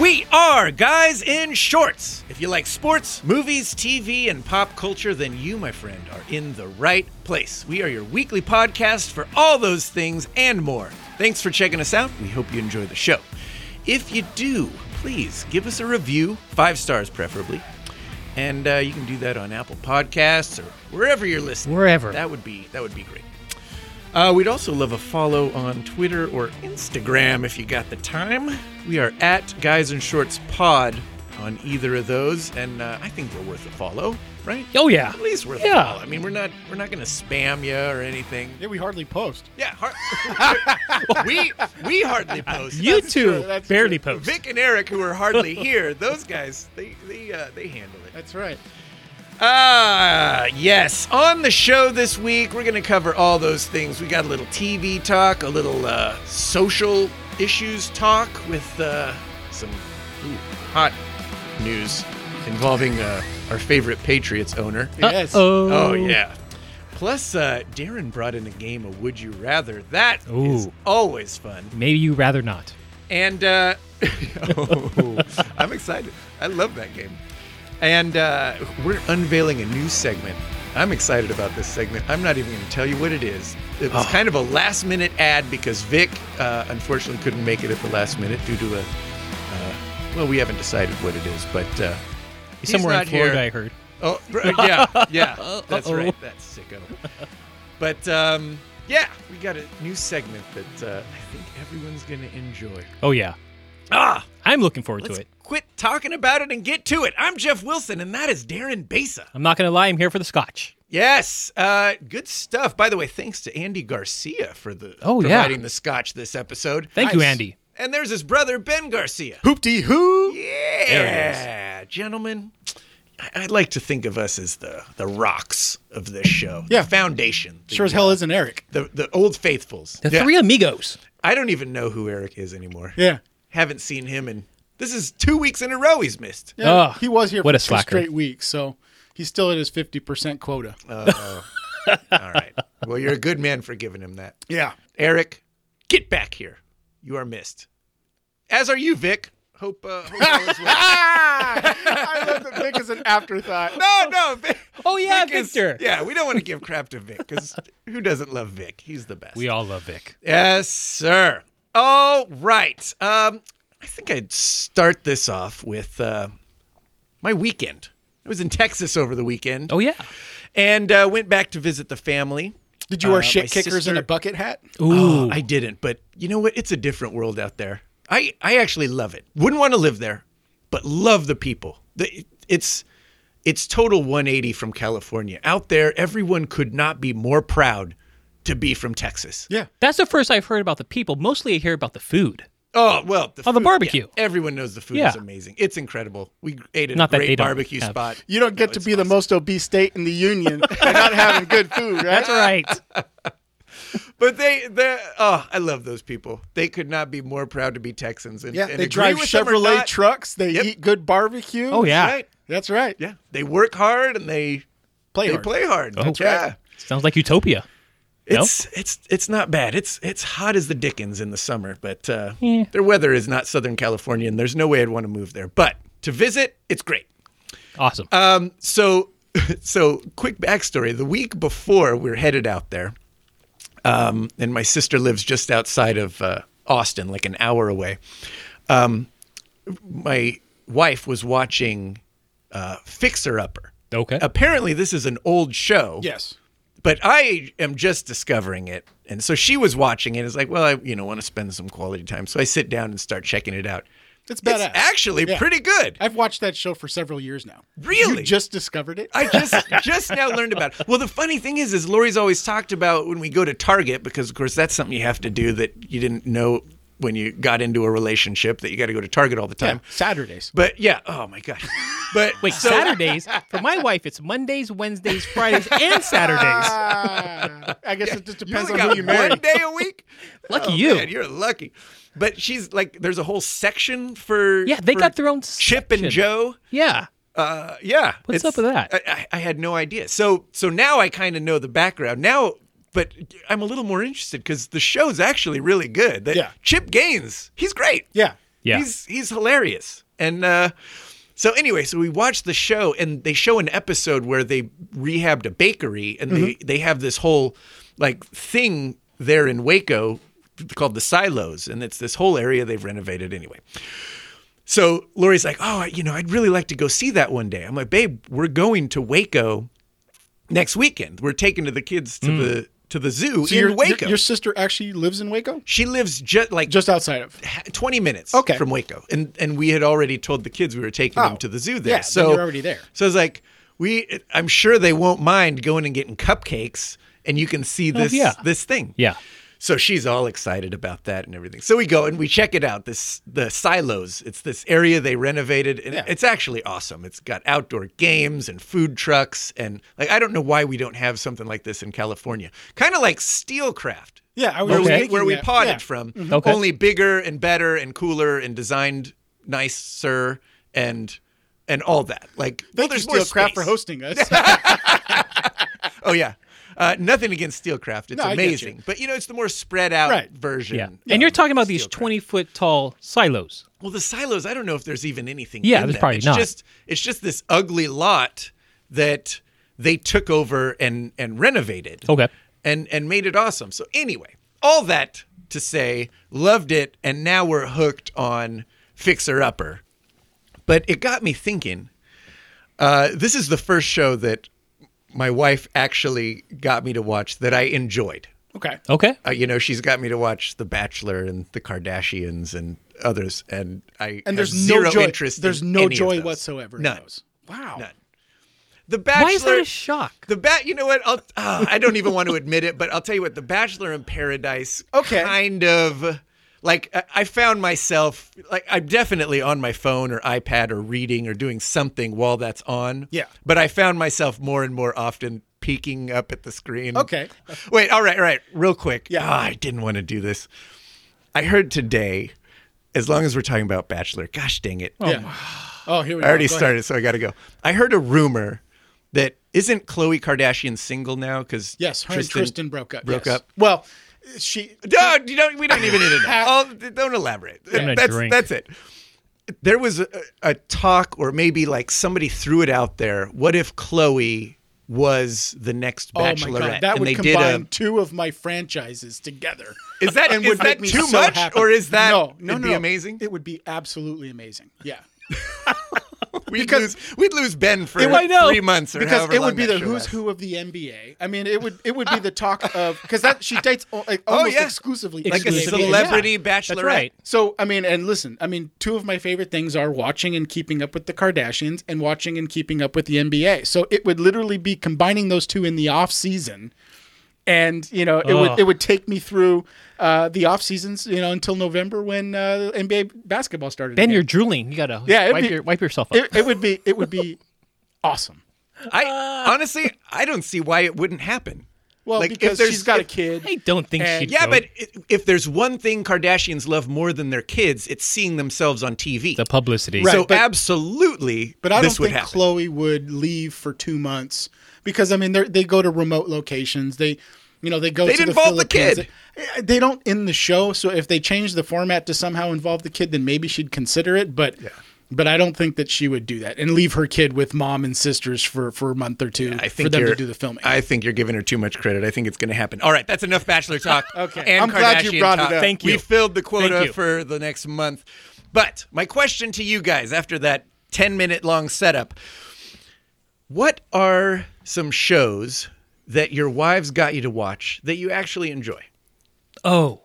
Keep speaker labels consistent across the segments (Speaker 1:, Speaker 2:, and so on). Speaker 1: We are Guys in Shorts. If you like sports, movies, TV, and pop culture, then you, my friend, are in the right place. We are your weekly podcast for all those things and more. Thanks for checking us out. We hope you enjoy the show. If you do, please give us a review, five stars preferably. And uh, you can do that on Apple Podcasts or wherever you're listening.
Speaker 2: Wherever.
Speaker 1: That would be that would be great. Uh, we'd also love a follow on Twitter or Instagram if you got the time. We are at Guys in Shorts Pod on either of those, and uh, I think we're worth a follow, right?
Speaker 2: Oh yeah.
Speaker 1: At least worth
Speaker 2: Yeah.
Speaker 1: a follow. I mean, we're not we're not going to spam you or anything.
Speaker 3: Yeah, we hardly post.
Speaker 1: Yeah, har- we we hardly post.
Speaker 2: You two
Speaker 3: true, that's
Speaker 2: barely post.
Speaker 1: Vic and Eric, who are hardly here, those guys they they uh, they handle it.
Speaker 3: That's right.
Speaker 1: Ah, yes. On the show this week, we're going to cover all those things. We got a little TV talk, a little uh, social issues talk with uh, some ooh, hot news involving uh, our favorite Patriots owner.
Speaker 3: Yes.
Speaker 2: Oh.
Speaker 1: Oh, yeah. Plus, uh, Darren brought in a game of Would You Rather. That is
Speaker 2: Ooh.
Speaker 1: always fun.
Speaker 2: Maybe you rather not.
Speaker 1: And uh, oh, I'm excited. I love that game. And uh, we're unveiling a new segment. I'm excited about this segment. I'm not even going to tell you what it is. It
Speaker 2: Oh.
Speaker 1: was kind of a last minute ad because Vic uh, unfortunately couldn't make it at the last minute due to a. Uh, well, we haven't decided what it is, but uh, he's
Speaker 2: Somewhere
Speaker 1: not
Speaker 2: in Florida,
Speaker 1: here.
Speaker 2: I heard.
Speaker 1: Oh, r- yeah, yeah. That's
Speaker 2: Uh-oh.
Speaker 1: right. That's sicko. But um, yeah, we got a new segment that uh, I think everyone's going to enjoy.
Speaker 2: Oh yeah.
Speaker 1: Ah,
Speaker 2: I'm looking forward
Speaker 1: let's
Speaker 2: to it.
Speaker 1: quit talking about it and get to it. I'm Jeff Wilson, and that is Darren Besa.
Speaker 2: I'm not gonna lie. I'm here for the scotch.
Speaker 1: Yes, uh, good stuff. By the way, thanks to Andy Garcia for the
Speaker 2: Oh, yeah.
Speaker 1: providing the scotch this episode.
Speaker 2: Thank you,
Speaker 3: Nice.
Speaker 2: Andy.
Speaker 1: and there's his brother Ben Garcia.
Speaker 3: Hoop dee hoo.
Speaker 1: Yeah, gentlemen. I- I'd like to think of us as the the rocks of this show.
Speaker 3: Yeah.
Speaker 1: the foundation. The,
Speaker 3: Sure as hell isn't Eric.
Speaker 1: The, the old faithfuls.
Speaker 2: The
Speaker 1: Yeah.
Speaker 2: three amigos.
Speaker 1: I don't even know who Eric is anymore.
Speaker 3: Yeah.
Speaker 1: Haven't seen him in this is two weeks in a row he's missed.
Speaker 3: yeah
Speaker 2: Ugh,
Speaker 3: he was here
Speaker 2: what
Speaker 3: for
Speaker 2: a
Speaker 3: two
Speaker 2: slacker.
Speaker 3: straight weeks, so he's still at his 50% quota.
Speaker 1: Uh, All right. Well, you're a good man for giving him that.
Speaker 3: yeah.
Speaker 1: Eric, get back here. You are missed. As are you, Vic. Hope, uh, hope all is well.
Speaker 3: I love that Vic is an afterthought.
Speaker 1: No, no, Vic.
Speaker 2: Oh yeah,
Speaker 1: Vic is-
Speaker 2: Victor.
Speaker 1: yeah, we don't want to give crap to Vic because who doesn't love Vic? He's the best.
Speaker 2: We all love Vic.
Speaker 1: Yes, sir. All right. Um, I think I'd start this off with uh, my weekend. I was in Texas over the weekend
Speaker 2: Oh yeah.
Speaker 1: and uh, went back to visit the family.
Speaker 3: Did you wear
Speaker 1: Uh, my
Speaker 3: shit kickers and
Speaker 1: sister-
Speaker 3: a bucket hat?
Speaker 2: Ooh.
Speaker 1: Oh, I didn't, but you know what? It's a different world out there. I, I actually love it. Wouldn't want to live there, but love the people. The, it's it's total 180 from California. Out there, everyone could not be more proud to be from Texas.
Speaker 3: Yeah.
Speaker 2: That's the first I've heard about the people. Mostly I hear about the food.
Speaker 1: Oh well, the
Speaker 2: Oh, the
Speaker 1: food,
Speaker 2: barbecue.
Speaker 1: yeah. everyone knows the food
Speaker 2: Yeah.
Speaker 1: is amazing. It's incredible. We ate at
Speaker 2: Not
Speaker 1: a
Speaker 2: that they
Speaker 1: great
Speaker 2: don't
Speaker 1: barbecue
Speaker 2: have-
Speaker 1: spot.
Speaker 3: You don't get to be the most obese state in the union by not having good food, right?
Speaker 2: That's right.
Speaker 1: But they, they, oh, I love those people. They could not be more proud to be Texans. And,
Speaker 3: Yeah,
Speaker 1: and
Speaker 3: they
Speaker 1: agree
Speaker 3: drive
Speaker 1: with them or
Speaker 3: Chevrolet
Speaker 1: not.
Speaker 3: trucks. They
Speaker 1: Yep.
Speaker 3: eat good barbecue.
Speaker 2: Oh yeah.
Speaker 1: Right.
Speaker 3: That's right.
Speaker 1: Yeah, they work hard and they
Speaker 3: Play
Speaker 1: they
Speaker 3: hard.
Speaker 1: play hard.
Speaker 2: Oh. That's
Speaker 1: yeah.
Speaker 2: right. Sounds like utopia. No?
Speaker 1: It's it's it's not bad. It's it's hot as the dickens in the summer, but uh,
Speaker 2: Yeah.
Speaker 1: their weather is not Southern California, and there's no way I'd want to move there. But to visit, it's great.
Speaker 2: Awesome.
Speaker 1: Um, so, so quick backstory: the week before we are headed out there, um, and my sister lives just outside of uh, Austin, like an hour away. Um, my wife was watching uh, Fixer Upper.
Speaker 2: Okay.
Speaker 1: Apparently, this is an old show
Speaker 3: Yes.
Speaker 1: but I am just discovering it. And so she was watching it. It's like, well, I you know want to spend some quality time. So I sit down and start checking it out.
Speaker 3: It's badass.
Speaker 1: It's actually
Speaker 3: Yeah.
Speaker 1: pretty good.
Speaker 3: I've watched that show for several years now.
Speaker 1: Really?
Speaker 3: You just discovered it?
Speaker 1: I just just now learned about it. Well, the funny thing is, is Lori's always talked about when we go to Target because, of course, that's something you have to do that you didn't know when you got into a relationship that you got to go to Target all the
Speaker 3: Yeah,
Speaker 1: time.
Speaker 3: Saturdays.
Speaker 1: But yeah, oh my god. But
Speaker 2: Wait,
Speaker 1: so-
Speaker 2: Saturdays for my wife. It's Mondays, Wednesdays, Fridays, and Saturdays.
Speaker 3: Ah, I guess it just
Speaker 1: Uh, You
Speaker 3: depends
Speaker 1: only
Speaker 3: on
Speaker 1: got
Speaker 3: who you marry.
Speaker 1: one day a week.
Speaker 2: Lucky
Speaker 1: Oh,
Speaker 2: you.
Speaker 1: man, you're lucky. But she's like, there's a whole section for
Speaker 2: Yeah, they
Speaker 1: for
Speaker 2: got their own
Speaker 1: Chip and
Speaker 2: section.
Speaker 1: Joe.
Speaker 2: yeah.
Speaker 1: Uh, yeah, it's-
Speaker 2: What's up with that?
Speaker 1: I, I, I had no idea. So so now I kind of know the background now, but I'm a little more interested because the show's actually really good. That
Speaker 3: Yeah.
Speaker 1: Chip Gaines, he's great.
Speaker 3: Yeah.
Speaker 2: Yeah.
Speaker 1: He's he's hilarious. And uh, so anyway, so we watched the show, and they show an episode where they rehabbed a bakery, and they they have this whole like thing there in Waco called the silos, and it's this whole area they've renovated anyway. So Lori's like, oh, you know, I'd really like to go see that one day. I'm like, babe, we're going to Waco next weekend. We're taking to the kids to the to the zoo
Speaker 3: So
Speaker 1: in
Speaker 3: your, your-
Speaker 1: Waco.
Speaker 3: Your, sister actually lives in Waco?
Speaker 1: she lives just like
Speaker 3: Just outside of.
Speaker 1: ha- 20 minutes
Speaker 3: Okay.
Speaker 1: from Waco. And and we had already told the kids we were taking them
Speaker 3: Oh,
Speaker 1: to the zoo there.
Speaker 3: yeah, then
Speaker 1: so
Speaker 3: you're already there.
Speaker 1: So I was like, we I'm sure they won't mind going and getting cupcakes and you can
Speaker 3: Oh,
Speaker 1: see this
Speaker 2: yeah.
Speaker 1: this thing.
Speaker 2: Yeah.
Speaker 1: So she's all excited about that and everything. So we go and we check it out. This the silos. It's this area they renovated, and
Speaker 3: Yeah.
Speaker 1: it's actually awesome. It's got outdoor games and food trucks, and like I don't know why we don't have something like this in California. Kind of like Steelcraft
Speaker 3: Yeah, I was
Speaker 1: where
Speaker 3: just
Speaker 1: we
Speaker 3: thinking
Speaker 1: where we
Speaker 3: that.
Speaker 1: potted
Speaker 3: Yeah.
Speaker 1: from.
Speaker 3: Mm-hmm.
Speaker 2: Okay.
Speaker 1: Only bigger and better and cooler and designed nicer and and all that. Like well,
Speaker 3: Thank
Speaker 1: there's
Speaker 3: you,
Speaker 1: more
Speaker 3: Steelcraft, for
Speaker 1: space.
Speaker 3: hosting us.
Speaker 1: Oh yeah. Uh, nothing against Steelcraft. It's
Speaker 3: No, I get you.
Speaker 1: amazing. But you know, it's the more spread out
Speaker 3: Right.
Speaker 1: version.
Speaker 2: Yeah. And you're talking about these
Speaker 1: Steelcraft.
Speaker 2: 20 foot tall silos.
Speaker 1: Well, the silos, I don't know if there's even anything
Speaker 2: Yeah,
Speaker 1: in
Speaker 2: there's
Speaker 1: them.
Speaker 2: probably
Speaker 1: it's
Speaker 2: not.
Speaker 1: just it's just this ugly lot that they took over and and renovated.
Speaker 2: Okay.
Speaker 1: and and made it awesome. So anyway, all that to say, loved it, and now we're hooked on Fixer Upper. But it got me thinking. Uh, this is the first show that my wife actually got me to watch that I enjoyed.
Speaker 3: okay.
Speaker 2: Okay.
Speaker 1: Uh, you know, she's got me to watch The Bachelor and The Kardashians and others, and I
Speaker 3: And
Speaker 1: have
Speaker 3: there's
Speaker 1: zero
Speaker 3: no joy.
Speaker 1: interest.
Speaker 3: There's
Speaker 1: in
Speaker 3: no
Speaker 1: any of
Speaker 3: joy
Speaker 1: those.
Speaker 3: whatsoever. in
Speaker 1: None.
Speaker 3: those. Wow.
Speaker 1: None. The Bachelor.
Speaker 2: Why is that a shock?
Speaker 1: The bat, you know what? I'll, ah, I don't even want to admit it, but I'll tell you what. The Bachelor in Paradise,
Speaker 3: Okay.
Speaker 1: kind of like I- I found myself like I'm definitely on my phone or iPad or reading or doing something while that's on.
Speaker 3: Yeah.
Speaker 1: but I found myself more and more often peeking up at the screen.
Speaker 3: Okay.
Speaker 1: wait. All right, all right. Real quick.
Speaker 3: Yeah.
Speaker 1: Ah, I didn't want to do this. I heard today. As long as we're talking about Bachelor, gosh dang it.
Speaker 3: Yeah. Oh, here we go.
Speaker 1: I already
Speaker 3: Go ahead.
Speaker 1: started, so I got to go. I heard a rumor that isn't Chloe Kardashian single now? Because
Speaker 3: Yes, her and Tristan broke up.
Speaker 1: broke
Speaker 3: yes.
Speaker 1: up.
Speaker 3: Well, she.
Speaker 1: No, you don't. We don't even need to know. I'll- don't elaborate.
Speaker 2: gonna
Speaker 1: That's
Speaker 2: drink.
Speaker 1: that's it. There was a, a talk, or maybe like somebody threw it out there. What if Chloe was the next
Speaker 3: Oh my
Speaker 1: Bachelorette?
Speaker 3: god, that
Speaker 1: and
Speaker 3: would
Speaker 1: they did
Speaker 3: combine
Speaker 1: a.
Speaker 3: two of my franchises together.
Speaker 1: Is that-
Speaker 3: and
Speaker 1: is
Speaker 3: would
Speaker 1: that
Speaker 3: make me
Speaker 1: too
Speaker 3: so
Speaker 1: much,
Speaker 3: happy.
Speaker 1: or is that-
Speaker 3: no, no,
Speaker 1: it'd
Speaker 3: no,
Speaker 1: be amazing?
Speaker 3: It would be absolutely amazing. Yeah,
Speaker 1: We'd lose, we'd lose Ben for
Speaker 2: would- I know.
Speaker 1: three months, or
Speaker 3: because
Speaker 1: however
Speaker 3: it
Speaker 1: long
Speaker 3: would be
Speaker 1: that
Speaker 3: the
Speaker 1: show
Speaker 3: who's
Speaker 1: lasts.
Speaker 3: who of the NBA. I mean, it would it would be the talk of because that she dates al- like,
Speaker 1: Oh,
Speaker 3: almost
Speaker 1: yeah.
Speaker 3: exclusively
Speaker 1: like a
Speaker 3: NBA.
Speaker 2: Exclusively,
Speaker 1: celebrity bachelorette.
Speaker 2: That's right.
Speaker 3: So I mean, and listen, I mean, two of my favorite things are watching and keeping up with the Kardashians and watching and keeping up with the NBA. So it would literally be combining those two in the off season, and you know, it
Speaker 2: Ugh.
Speaker 3: would it would take me through uh, the off seasons, you know, until November when uh, NBA basketball started.
Speaker 2: Then
Speaker 3: again.
Speaker 2: you're drooling. You gotta
Speaker 3: Yeah, it'd
Speaker 2: wipe,
Speaker 3: be-
Speaker 2: your, wipe yourself up.
Speaker 3: It, it would be it would be awesome.
Speaker 1: I honestly, I don't see why it wouldn't happen.
Speaker 3: Ah. Well,
Speaker 1: Like, if
Speaker 3: because
Speaker 1: there's-
Speaker 3: she's got a
Speaker 1: if-
Speaker 3: kid.
Speaker 2: I don't think
Speaker 3: And-
Speaker 2: she'd
Speaker 1: Yeah,
Speaker 2: go.
Speaker 1: but i- if there's one thing Kardashians love more than their kids, it's seeing themselves on TV.
Speaker 2: the publicity.
Speaker 3: Right.
Speaker 1: so
Speaker 3: but-
Speaker 1: absolutely,
Speaker 3: But I
Speaker 1: this
Speaker 3: don't
Speaker 1: would
Speaker 3: think
Speaker 1: happen.
Speaker 3: Chloe would leave for two months because I mean they they go to remote locations. They you know they go
Speaker 1: They'd
Speaker 3: to the
Speaker 1: involve the
Speaker 3: Philippines. Eh,
Speaker 1: kid.
Speaker 3: They- They don't in the show, so if they change the format to somehow involve the kid, then maybe she'd consider it. But but I don't think that she would do that and leave her kid with mom and sisters for for a month or two
Speaker 1: I
Speaker 3: for
Speaker 1: think
Speaker 3: them
Speaker 1: you're
Speaker 3: to do the filming.
Speaker 1: I think you're giving her too much credit. I think it's going to happen. All right, that's enough bachelor talk.
Speaker 3: Okay.
Speaker 1: and
Speaker 3: I'm glad you
Speaker 1: Kardashian
Speaker 3: brought it
Speaker 1: talk.
Speaker 3: up.
Speaker 2: Thank
Speaker 1: We
Speaker 2: you.
Speaker 1: filled the
Speaker 2: Thank
Speaker 1: quota
Speaker 2: you.
Speaker 1: for the next month. But my question to you guys after that 10 minute long setup what are some shows that your wives got you to watch that you actually enjoy?
Speaker 2: Oh,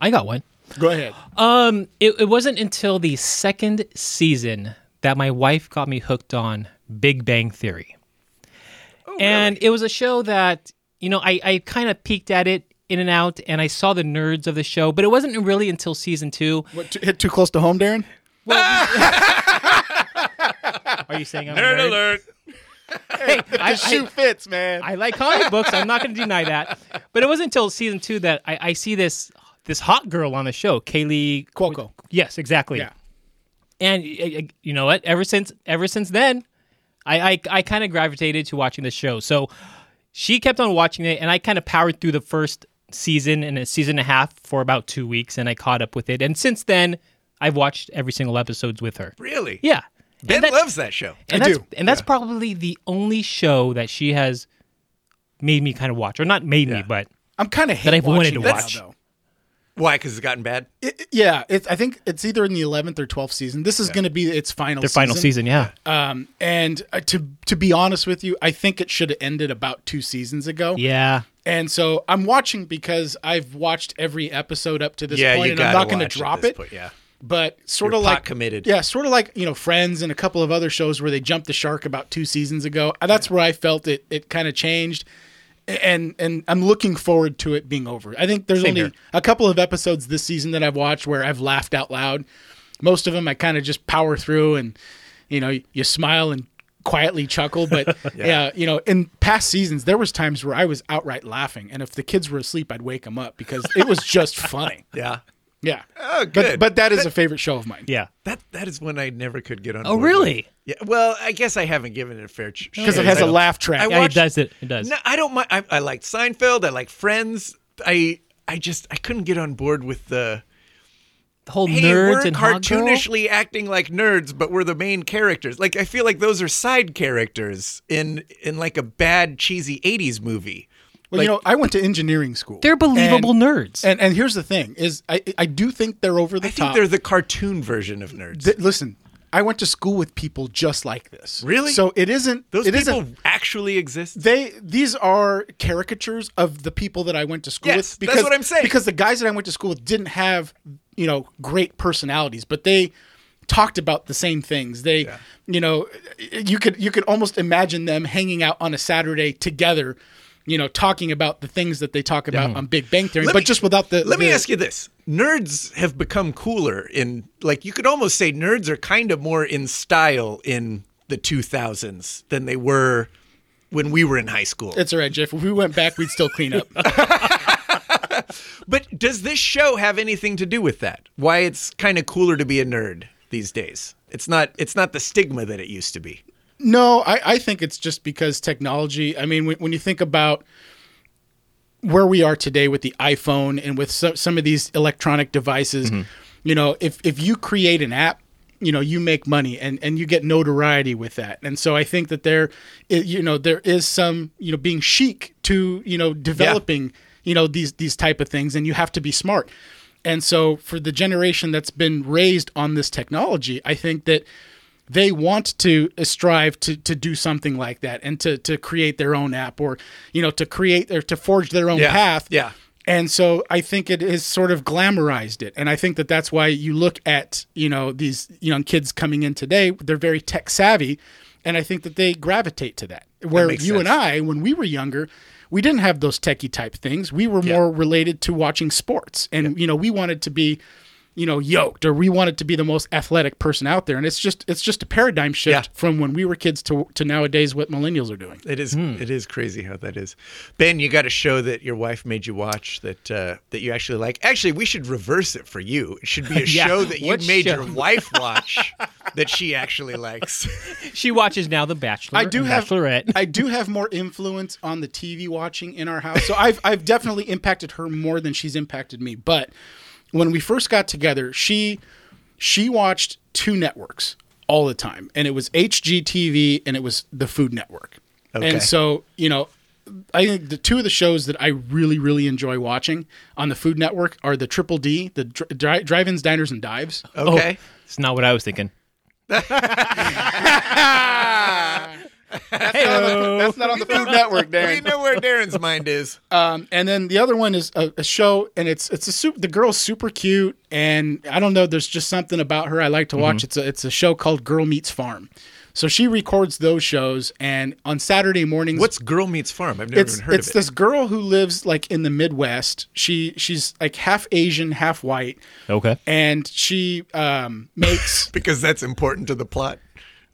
Speaker 2: I got one.
Speaker 3: go ahead.
Speaker 2: Um, it, it wasn't until the second season that my wife got me hooked on Big Bang Theory.
Speaker 1: Oh,
Speaker 2: and it was a show that, you know, I, I kind of peeked at it in and out and I saw the nerds of the show, but it wasn't really until season two.
Speaker 3: What, too, hit too close to home, Darren.
Speaker 2: Are you saying I'm a
Speaker 1: Nerd
Speaker 2: nerd?
Speaker 1: alert.
Speaker 2: Hey, I,
Speaker 3: Shoe
Speaker 2: I,
Speaker 3: fits, man.
Speaker 2: I like comic books. I'm not going to deny that. But it wasn't until season two that I, I see this this hot girl on the show, Kaylee
Speaker 3: Cuoco.
Speaker 2: Yes, exactly.
Speaker 3: Yeah.
Speaker 2: and y- y- you know what? Ever since ever since then, I I, I kind of gravitated to watching the show. So she kept on watching it, and I kind of powered through the first season and a season and a half for about two weeks, and I caught up with it. And since then, I've watched every single episodes with her.
Speaker 1: Really?
Speaker 2: Yeah.
Speaker 1: Ben
Speaker 2: and that-
Speaker 1: loves that show.
Speaker 2: And
Speaker 3: I
Speaker 2: that's
Speaker 3: do,
Speaker 2: and that's probably the only show that she has made me kind of watch or not made me,
Speaker 1: Yeah.
Speaker 2: but
Speaker 3: I'm kind of
Speaker 2: That I've wanted to watch.
Speaker 3: though.
Speaker 1: Why? Because it's gotten bad.
Speaker 3: It- it- yeah, it's, I think it's either in the 11th or 12th season. This is going to be its final
Speaker 2: their final season, yeah.
Speaker 3: Um, and uh, to to be honest with you, I think it should have ended about two seasons ago.
Speaker 2: Yeah.
Speaker 3: And so I'm watching because I've watched every episode up to this
Speaker 1: yeah,
Speaker 3: point,
Speaker 1: you
Speaker 3: and I'm
Speaker 1: got
Speaker 3: not going to
Speaker 1: watch at
Speaker 3: drop
Speaker 1: this
Speaker 3: it.
Speaker 1: point, Yeah.
Speaker 3: But sort
Speaker 1: You're
Speaker 3: of
Speaker 1: pot
Speaker 3: like
Speaker 1: committed.
Speaker 3: Yeah, sort of like you know Friends and a couple of other shows where they jumped the shark about two seasons ago. And That's where I felt it it kind of changed. And and I'm looking forward to it being over. I think there's
Speaker 2: Same
Speaker 3: only
Speaker 2: here.
Speaker 3: a couple of episodes this season that I've watched where I've laughed out loud. Most of them I kind of just power through and you know you smile and quietly chuckle but yeah. you know in past seasons there was times where I was outright laughing and if the kids were asleep I'd wake them up because it was just funny.
Speaker 1: Yeah.
Speaker 3: Yeah.
Speaker 1: Oh,
Speaker 3: But
Speaker 1: good.
Speaker 3: but that is a favorite show of mine.
Speaker 2: Yeah.
Speaker 1: that that is one I never could get on.
Speaker 2: Oh,
Speaker 1: board
Speaker 2: really?
Speaker 1: with. Yeah. Well, I guess I haven't given it a fair chance
Speaker 3: because it has a laugh track.
Speaker 1: I
Speaker 2: Yeah,
Speaker 1: watched-
Speaker 2: it does it. It does.
Speaker 1: No, I don't mind. I, I like Seinfeld. I like Friends. I I just I couldn't get on board with the
Speaker 2: the whole
Speaker 1: hey,
Speaker 2: nerds
Speaker 1: we're
Speaker 2: and hot girl.
Speaker 1: cartoonishly acting like nerds, but we're the main characters. Like I feel like those are side characters in in like a bad cheesy '80s movie.
Speaker 3: well, you know, I went to engineering school.
Speaker 2: They're believable
Speaker 3: And,
Speaker 2: nerds.
Speaker 3: and and here's the thing: is I I do think they're over the
Speaker 1: I think
Speaker 3: top.
Speaker 1: they're the cartoon version of nerds.
Speaker 3: Th- listen, I went to school with people just like this.
Speaker 1: Really?
Speaker 3: So it isn't.
Speaker 1: those
Speaker 3: it
Speaker 1: people
Speaker 3: not
Speaker 1: actually exist.
Speaker 3: They these are caricatures of the people that I went to school
Speaker 1: Yes,
Speaker 3: with.
Speaker 1: that's what I'm saying.
Speaker 3: Because the guys that I went to school with didn't have you know great personalities, but they talked about the same things. They you know you could you could almost imagine them hanging out on a Saturday together. You know, talking about the things that they talk about on Big Bang Theory,
Speaker 1: Let
Speaker 3: but
Speaker 1: me-
Speaker 3: just without the.
Speaker 1: Let me
Speaker 3: the-
Speaker 1: ask you this. Nerds have become cooler in like you could almost say nerds are kind of more in style in the 2000s than they were when we were in high school.
Speaker 3: It's all right, Jeff. If we went back, we'd still clean up.
Speaker 1: But does this show have anything to do with that? Why it's kind of cooler to be a nerd these days? It's not it's not the stigma that it used to be.
Speaker 3: No, I, I think it's just because technology. I mean, when, when you think about where we are today with the iPhone and with so, some of these electronic devices, you know, if, if you create an app, you know, you make money and, and you get notoriety with that. And so I think that there, i- you know, there is some, you know, being chic to, you know, developing, you know, these, these type of things and you have to be smart. And so for the generation that's been raised on this technology, I think that, they want to uh, strive to to do something like that and to to create their own app or you know to create or to forge their own
Speaker 1: Yeah,
Speaker 3: path
Speaker 1: yeah.
Speaker 3: and so i think it has sort of glamorized it and i think that that's why you look at you know these young kids coming in today they're very tech savvy and i think that they gravitate to that where
Speaker 1: makes
Speaker 3: you and
Speaker 1: sense.
Speaker 3: i when we were younger we didn't have those techie type things we were more related to watching sports and you know we wanted to be you know yoked or we wanted to be the most athletic person out there and it's just it's just a paradigm shift
Speaker 1: Yeah.
Speaker 3: from when we were kids to to nowadays what millennials are doing
Speaker 1: It is
Speaker 2: Hmm.
Speaker 1: it is crazy how that is. Ben, you got a show that your wife made you watch that uh, that you actually like. Actually, we should reverse it for you. It should be a
Speaker 2: Yeah,
Speaker 1: show that you
Speaker 2: what
Speaker 1: made
Speaker 2: show?
Speaker 1: your wife watch that she actually likes.
Speaker 2: she watches now The Bachelor.
Speaker 3: I do
Speaker 2: and
Speaker 3: have
Speaker 2: Bachelorette.
Speaker 3: I do have more influence on the TV watching in our house. So I've I've definitely impacted her more than she's impacted me. But when we first got together, she she watched two networks all the time, and it was HGTV and it was the Food Network.
Speaker 1: Okay.
Speaker 3: And so you know, I think the two of the shows that I really really enjoy watching on the Food Network are the Triple D, the dri- dri- Drive-ins, Diners, and Dives.
Speaker 2: Oh,
Speaker 1: Okay.
Speaker 2: it's not what I was thinking.
Speaker 3: That's, not on the, that's not on the Food Network, Darren.
Speaker 1: We know where Darren's mind is.
Speaker 2: Uh,
Speaker 3: Um, and then the other one is a, a show, and it's it's a super, the girl's super cute, and I don't know, there's just something about her I like to
Speaker 1: Mm-hmm.
Speaker 3: watch. It's a it's a show called Girl Meets Farm, so she records those shows, and on Saturday mornings,
Speaker 1: What's Girl Meets Farm? I've never
Speaker 3: it's
Speaker 1: even heard
Speaker 3: it's
Speaker 1: of it.
Speaker 3: this girl who lives like in the Midwest. She she's like half Asian, half white,
Speaker 2: Okay.
Speaker 3: and she um makes
Speaker 1: because that's important to the plot.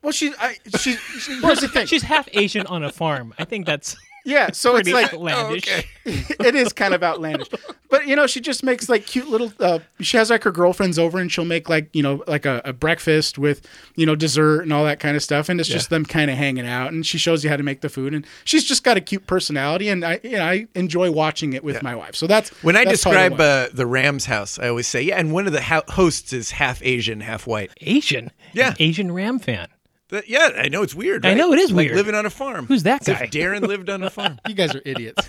Speaker 3: well she I she, she here's the thing
Speaker 2: She's half Asian on a farm. I think that's
Speaker 3: Yeah, so it's
Speaker 2: Pretty
Speaker 3: like
Speaker 2: outlandish.
Speaker 1: okay.
Speaker 3: it is kind of outlandish. But you know, she just makes like cute little. Uh, she has like her girlfriends over, and she'll make like you know like a, a breakfast with you know dessert and all that kind of stuff. And it's just them kind of hanging out, and she shows you how to make the food, and she's just got a cute personality, and I you know I enjoy watching it with my wife. So that's
Speaker 1: When I
Speaker 3: that's part of
Speaker 1: describe
Speaker 3: why.
Speaker 1: uh, the Rams house, I always say, yeah, and one of the ho- hosts is half Asian, half white.
Speaker 2: Asian.
Speaker 1: Yeah.
Speaker 2: An Asian Ram fan.
Speaker 1: But yeah, I know it's weird.
Speaker 2: I
Speaker 1: right?
Speaker 2: know it is
Speaker 1: like
Speaker 2: weird.
Speaker 1: Living on a farm.
Speaker 2: Who's that
Speaker 1: As if
Speaker 2: guy?
Speaker 1: Darren lived on a farm.
Speaker 3: you guys are idiots.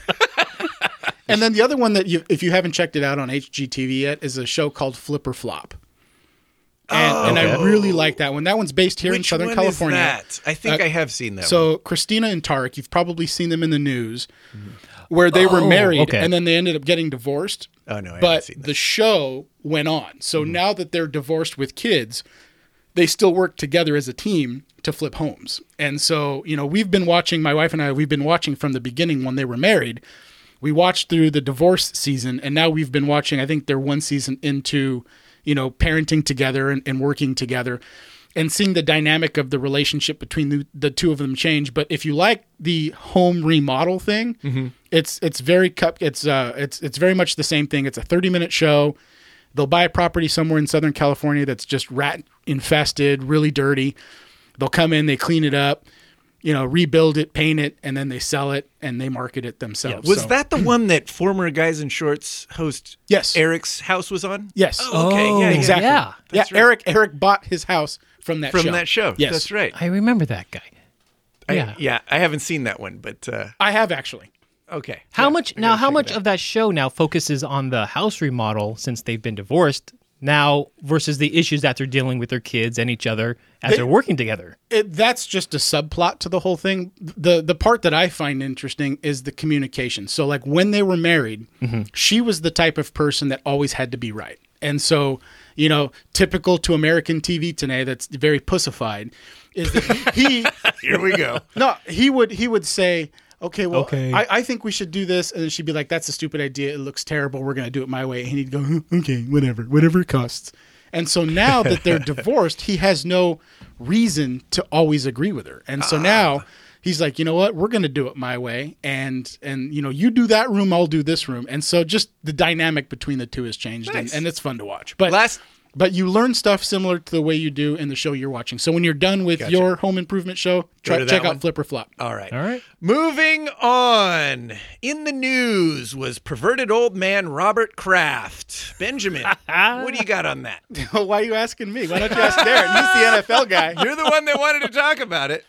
Speaker 3: and then the other one that you if you haven't checked it out on HGTV yet is a show called Flipper Flop. And, and I really like that one. That one's based here in
Speaker 1: Oh. Which
Speaker 3: Southern
Speaker 1: one
Speaker 3: California. Uh,
Speaker 1: is that? I think I have seen that. one.
Speaker 3: So Christina and Tarek, you've probably seen them in the news, where they were married
Speaker 2: okay.
Speaker 3: and then they ended up getting divorced.
Speaker 1: Oh, no, I haven't
Speaker 3: but
Speaker 1: seen that. Mm-hmm.
Speaker 3: the show went on. So now that they're divorced with kids, they still work together as a team to flip homes. And so you know, we've been watching. My wife and I, we've been watching from the beginning when they were married. We watched through the divorce season, and now we've been watching. I think they're one season into, you know, parenting together and, and working together and seeing the dynamic of the relationship between the, the two of them change. But if you like the home remodel thing, it's it's very cup it's uh it's it's very much the same thing. It's a thirty minute show. They'll buy a property somewhere in Southern California that's just rat infested, really dirty. They'll come in, they clean it up, you know, rebuild it, paint it, and then they sell it and they market it themselves.
Speaker 1: was
Speaker 3: So-
Speaker 1: that the one that former Guys in Shorts host
Speaker 3: Yes.
Speaker 1: Eric's house was on?
Speaker 3: Yes.
Speaker 1: Oh, okay. yeah,
Speaker 2: Oh,
Speaker 1: yeah.
Speaker 3: exactly.
Speaker 2: yeah.
Speaker 3: Yeah,
Speaker 1: That's right.
Speaker 3: Eric Eric bought his house from that
Speaker 1: From
Speaker 3: show.
Speaker 1: that show.
Speaker 3: Yes.
Speaker 1: That's right.
Speaker 2: I remember that guy.
Speaker 1: I-
Speaker 2: yeah.
Speaker 1: yeah, I haven't seen that one, but uh,
Speaker 3: I have actually.
Speaker 1: okay.
Speaker 2: How
Speaker 1: Yeah,
Speaker 2: much
Speaker 1: I
Speaker 2: now?
Speaker 1: gotta
Speaker 2: How
Speaker 1: check it
Speaker 2: much
Speaker 1: out.
Speaker 2: of that show now focuses on the house remodel since they've been divorced now versus the issues that they're dealing with their kids and each other as they, are working together?
Speaker 3: it, that's just a subplot to the whole thing. the The part that I find interesting is the communication. So, like when they were married,
Speaker 1: Mm-hmm.
Speaker 3: she was the type of person that always had to be right, and so you know, typical to American TV today, that's very pussified. Is that he?
Speaker 1: Here we go.
Speaker 3: No, he would he would say, "Okay, well,
Speaker 2: Okay.
Speaker 3: I, I think we should do this," and then she'd be like, "That's a stupid idea. It looks terrible. We're gonna do it my way." And he'd go, "Huh, "Okay, whatever, whatever it costs." And so now that they're divorced, he has no reason to always agree with her, and
Speaker 1: Ah.
Speaker 3: so now he's like, "You know what? We're gonna do it my way, and and you know, you do that room, I'll do this room." And so just the dynamic between the two has changed,
Speaker 1: Nice.
Speaker 3: and, and it's fun to watch. But
Speaker 1: Last-
Speaker 3: But you learn stuff similar to the way you do in the show you're watching. So when you're done with your home improvement show, try
Speaker 1: to that
Speaker 3: check
Speaker 1: one.
Speaker 3: out Flipper Flop.
Speaker 1: All right.
Speaker 2: All right.
Speaker 1: Moving on. In the news was perverted old man Robert Kraft. Benjamin, what do you got on that?
Speaker 3: Well, why are you asking me? Why don't you ask Darren? He's the NFL guy.
Speaker 1: You're the one that wanted to talk about it.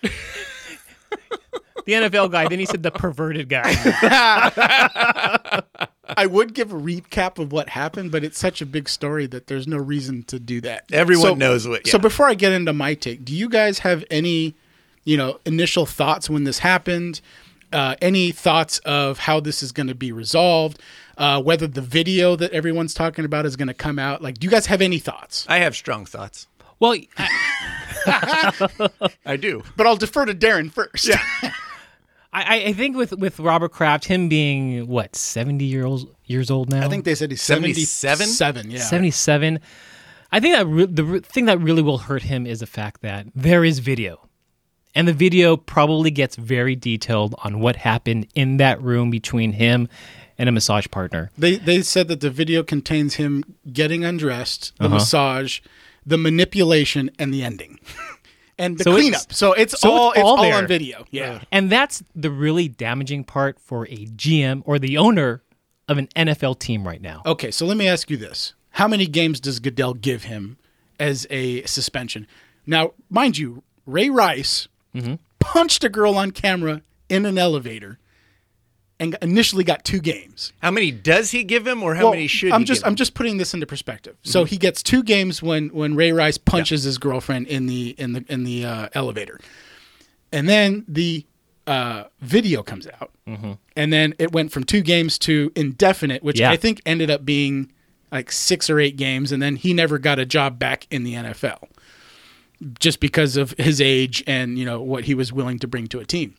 Speaker 2: The NFL guy. Then he said the perverted guy.
Speaker 3: I would give a recap of what happened, but it's such a big story that there's no reason to do that.
Speaker 1: Everyone knows what-
Speaker 3: So
Speaker 1: yeah.
Speaker 3: before I get into my take, do you guys have any, you know, initial thoughts when this happened? Uh, any thoughts of how this is going to be resolved? Uh, whether the video that everyone's talking about is going to come out? Like, do you guys have any thoughts?
Speaker 1: I have strong thoughts.
Speaker 2: well, I,
Speaker 1: I do.
Speaker 3: But I'll defer to Darren first. Yeah.
Speaker 2: I, I think with with Robert Kraft, him being what seventy years years old now.
Speaker 3: I think they said he's
Speaker 1: 77?
Speaker 3: 77, yeah.
Speaker 2: 77. I think that re- the re- thing that really will hurt him is the fact that there is video. And the video probably gets very detailed on what happened in that room between him and a massage partner.
Speaker 3: They they said that the video contains him getting undressed,
Speaker 2: Uh-huh.
Speaker 3: the massage, the manipulation, and the ending, and the
Speaker 2: So it's-
Speaker 3: cleanup. so
Speaker 2: so
Speaker 3: it's
Speaker 2: it's
Speaker 3: all it's
Speaker 2: all
Speaker 3: all,
Speaker 2: there.
Speaker 3: on video. Yeah.
Speaker 2: And that's the really damaging part for a GM or the owner of an NFL team right now.
Speaker 3: Okay. So let me ask you this: How many games does Goodell give him as a suspension? Now, mind you, Ray Rice
Speaker 2: Mm-hmm.
Speaker 3: punched a girl on camera in an elevator, and initially got two games.
Speaker 1: How many does he give him or how
Speaker 3: Well,
Speaker 1: many should
Speaker 3: I'm
Speaker 1: he
Speaker 3: just
Speaker 1: give him? Mm-hmm.
Speaker 3: I'm just putting this into perspective. So he gets two games when when Ray Rice punches his girlfriend in the in the in the uh, elevator, and then the uh, video comes out,
Speaker 1: Mm-hmm.
Speaker 3: and then it went from two games to indefinite, which
Speaker 2: Yeah.
Speaker 3: I think ended up being like six or eight games, and then he never got a job back in the NFL just because of his age and you know what he was willing to bring to a team.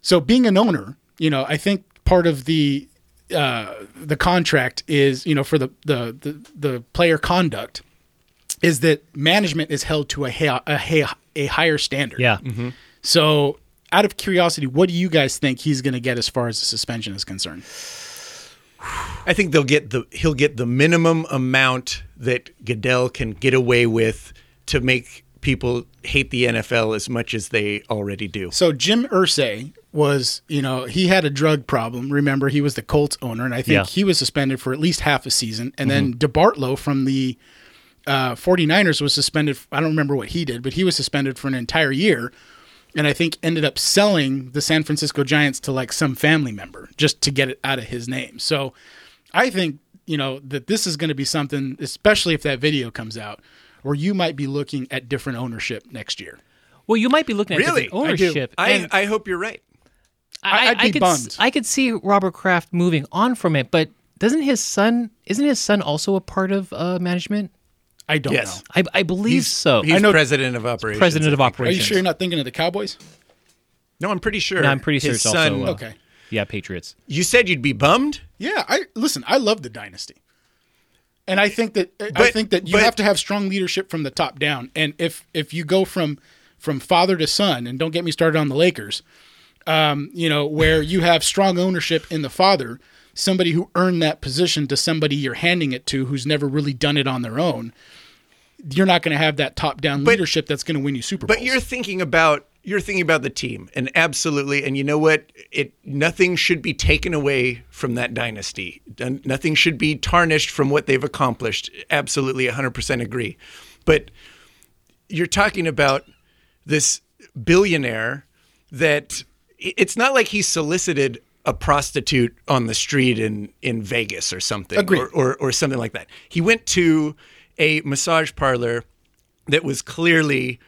Speaker 3: So being an owner, you know, I think part of the uh, the contract is you know for the the the, the player conduct is that management is held to a ha- a, ha- a higher standard.
Speaker 2: Yeah.
Speaker 3: So out of curiosity, what do you guys think he's going to get as far as the suspension is concerned?
Speaker 1: I think they'll get the he'll get the minimum amount that Goodell can get away with to make people hate the NFL as much as they already do.
Speaker 3: So Jim Ursay was, you know, he had a drug problem. Remember, he was the Colts owner, and I think
Speaker 2: Yeah.
Speaker 3: he was suspended for at least half a season. And then DeBartlo from the uh, 49ers was suspended. I don't remember what he did, but he was suspended for an entire year. And I think ended up selling the San Francisco Giants to like some family member just to get it out of his name. So I think, you know, that this is going to be something, especially if that video comes out, where you might be looking at different ownership next year.
Speaker 2: Well, you might be looking at
Speaker 1: Really,
Speaker 2: different ownership.
Speaker 1: I,
Speaker 2: and
Speaker 1: do. I I hope you're right.
Speaker 3: I- I'd be
Speaker 2: could,
Speaker 3: bummed.
Speaker 2: s- I could see Robert Kraft moving on from it, but doesn't his son? Isn't his son also a part of uh, management?
Speaker 3: I don't
Speaker 1: Yes.
Speaker 3: know.
Speaker 2: I, I believe so.
Speaker 1: He's
Speaker 3: I know-
Speaker 1: president of operations.
Speaker 2: President of
Speaker 3: Are
Speaker 2: operations.
Speaker 3: you sure you're not thinking of the Cowboys?
Speaker 1: No, I'm pretty sure.
Speaker 2: No, I'm pretty sure
Speaker 1: his
Speaker 2: it's also,
Speaker 1: son.
Speaker 2: uh,
Speaker 3: Okay.
Speaker 2: Yeah, Patriots.
Speaker 1: You said you'd be bummed.
Speaker 3: Yeah, I listen. I love the dynasty, and I think that I
Speaker 1: But-
Speaker 3: think that you
Speaker 1: but-
Speaker 3: have to have strong leadership from the top down. And if if you go from from father to son, and don't get me started on the Lakers, um, you know where you have strong ownership in the father, somebody who earned that position to somebody you're handing it to who's never really done it on their own. You're not going to have that top down leadership that's going to win you Super Bowls.
Speaker 1: But you're thinking about you're thinking about the team, and absolutely, and you know what? It nothing should be taken away from that dynasty. Done- Nothing should be tarnished from what they've accomplished. Absolutely, 100% agree. But you're talking about this billionaire that it's not like he solicited a prostitute on the street in, in Vegas or something
Speaker 3: Agreed.
Speaker 1: Or, or or something like that. He went to a massage parlor that was clearly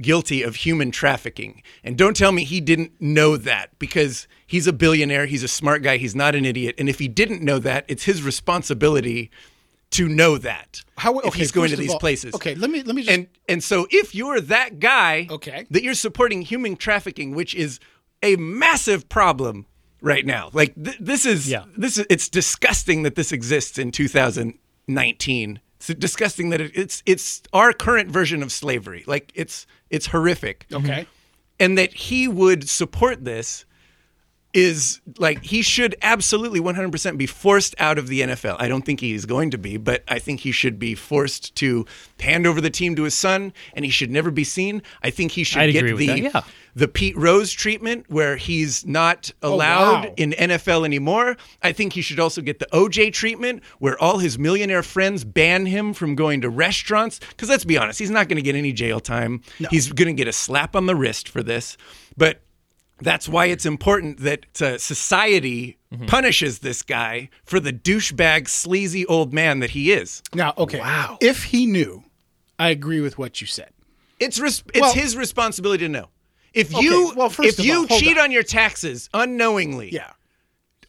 Speaker 1: guilty of human trafficking. And don't tell me he didn't know that because he's a billionaire, he's a smart guy, he's not an idiot. And if he didn't know that, it's his responsibility to know that.
Speaker 3: How-
Speaker 1: if he's going
Speaker 3: first
Speaker 1: to
Speaker 3: of
Speaker 1: these
Speaker 3: all-
Speaker 1: places.
Speaker 3: Okay, let me let me just
Speaker 1: And and so if you're that guy
Speaker 3: Okay.
Speaker 1: that you're supporting human trafficking, which is a massive problem right now. Like th- this is
Speaker 2: Yeah.
Speaker 1: this is it's disgusting that this exists in 2019. It's disgusting that it, it's it's our current version of slavery. Like it's it's horrific.
Speaker 3: okay.
Speaker 1: And that he would support this is like he should absolutely 100% be forced out of the NFL. I don't think he is going to be, but I think he should be forced to hand over the team to his son and he should never be seen. I think he should
Speaker 2: I'd
Speaker 1: get
Speaker 2: agree with
Speaker 1: the
Speaker 2: that, yeah.
Speaker 1: the Pete Rose treatment where he's not allowed
Speaker 3: Oh, wow.
Speaker 1: in NFL anymore. I think he should also get the OJ treatment where all his millionaire friends ban him from going to restaurants cuz let's be honest, he's not going to get any jail time. He's going to get a slap on the wrist for this. But that's why it's important that uh, society
Speaker 3: Mm-hmm.
Speaker 1: punishes this guy for the douchebag, sleazy old man that he is.
Speaker 3: Now, okay. Wow. If he knew, I agree with what you said.
Speaker 1: It's res- it's
Speaker 3: Well-
Speaker 1: his responsibility to know. If you
Speaker 3: well, first
Speaker 1: if
Speaker 3: of
Speaker 1: you
Speaker 3: all, hold
Speaker 1: cheat
Speaker 3: on.
Speaker 1: on your taxes unknowingly,
Speaker 3: Yeah.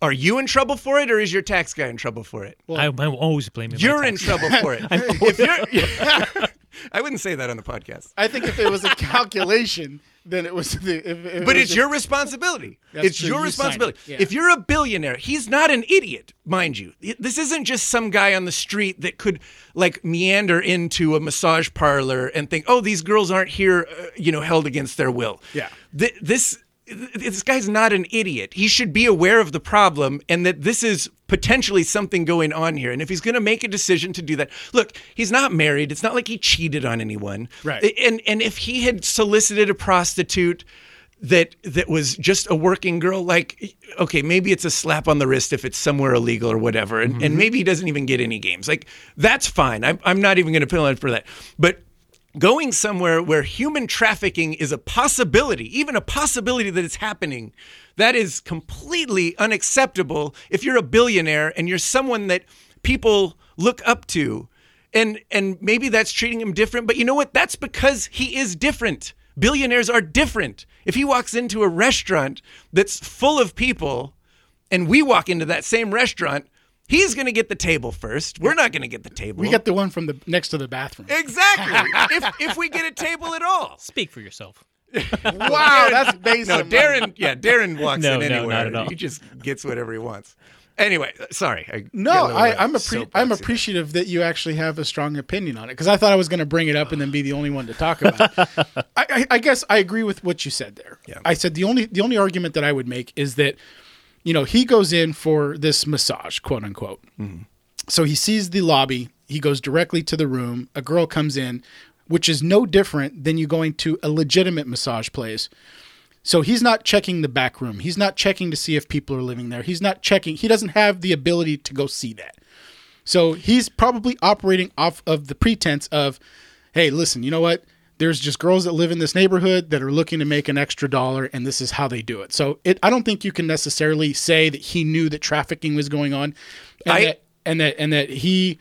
Speaker 1: are you in trouble for it, or is your tax guy in trouble for it?
Speaker 2: I, I'm always blaming. my
Speaker 1: you're in
Speaker 2: tax-
Speaker 1: trouble for it. if you're, I wouldn't say that on the podcast,
Speaker 3: I think if it was a calculation, then it was the. If, if it
Speaker 1: but
Speaker 3: was
Speaker 1: it's
Speaker 3: a-
Speaker 1: your responsibility.
Speaker 3: That's
Speaker 1: It's
Speaker 3: true.
Speaker 1: your
Speaker 3: You signed
Speaker 1: responsibility.
Speaker 3: it. Yeah.
Speaker 1: If you're a billionaire, he's not an idiot, mind you. This isn't just some guy on the street that could like meander into a massage parlor and think, "Oh, these girls aren't here, uh, you know, held against their will."
Speaker 3: Yeah.
Speaker 1: Th- this th- this guy's not an idiot. He should be aware of the problem and that this is potentially something going on here. And if he's going to make a decision to do that, look, he's not married. It's not like he cheated on anyone.
Speaker 3: Right.
Speaker 1: A- And and if he had solicited a prostitute that that was just a working girl, like okay, maybe it's a slap on the wrist if it's somewhere illegal or whatever, and, and maybe he doesn't even get any games. Like that's fine. I'm I'm not even going to penalize him for that. But going somewhere where human trafficking is a possibility, even a possibility that it's happening, that is completely unacceptable if you're a billionaire and you're someone that people look up to. And and maybe that's treating him different, but you know what? That's because he is different. Billionaires are different. If he walks into a restaurant that's full of people and we walk into that same restaurant, he's going to get the table first. We're not going to get the table.
Speaker 3: We got the one from the next to the bathroom.
Speaker 1: Exactly. if if we get a table at all.
Speaker 2: Speak for yourself.
Speaker 3: wow, that's based
Speaker 1: No, Darren. Yeah, Darren walks
Speaker 2: No,
Speaker 1: in
Speaker 2: no,
Speaker 1: anywhere.
Speaker 2: not at all.
Speaker 1: He just gets whatever he wants. Anyway, sorry. I
Speaker 3: No,
Speaker 1: got a little,
Speaker 3: I,
Speaker 1: uh,
Speaker 3: I'm appre-
Speaker 1: soapboxy
Speaker 3: I'm
Speaker 1: there.
Speaker 3: appreciative that you actually have a strong opinion on it because I thought I was going to bring it up and then be the only one to talk about. it. I, I, I guess I agree with what you said there.
Speaker 1: Yeah.
Speaker 3: I said the only the only argument that I would make is that you know he goes in for this massage, quote unquote.
Speaker 1: Mm-hmm.
Speaker 3: So he sees the lobby. He goes directly to the room. A girl comes in, which is no different than you going to a legitimate massage place. So he's not checking the back room. He's not checking to see if people are living there. He's not checking. He doesn't have the ability to go see that. So he's probably operating off of the pretense of, hey, listen, you know what? There's just girls that live in this neighborhood that are looking to make an extra dollar, and this is how they do it. So it, I don't think you can necessarily say that he knew that trafficking was going on, and,
Speaker 1: I-
Speaker 3: that, and that and that he,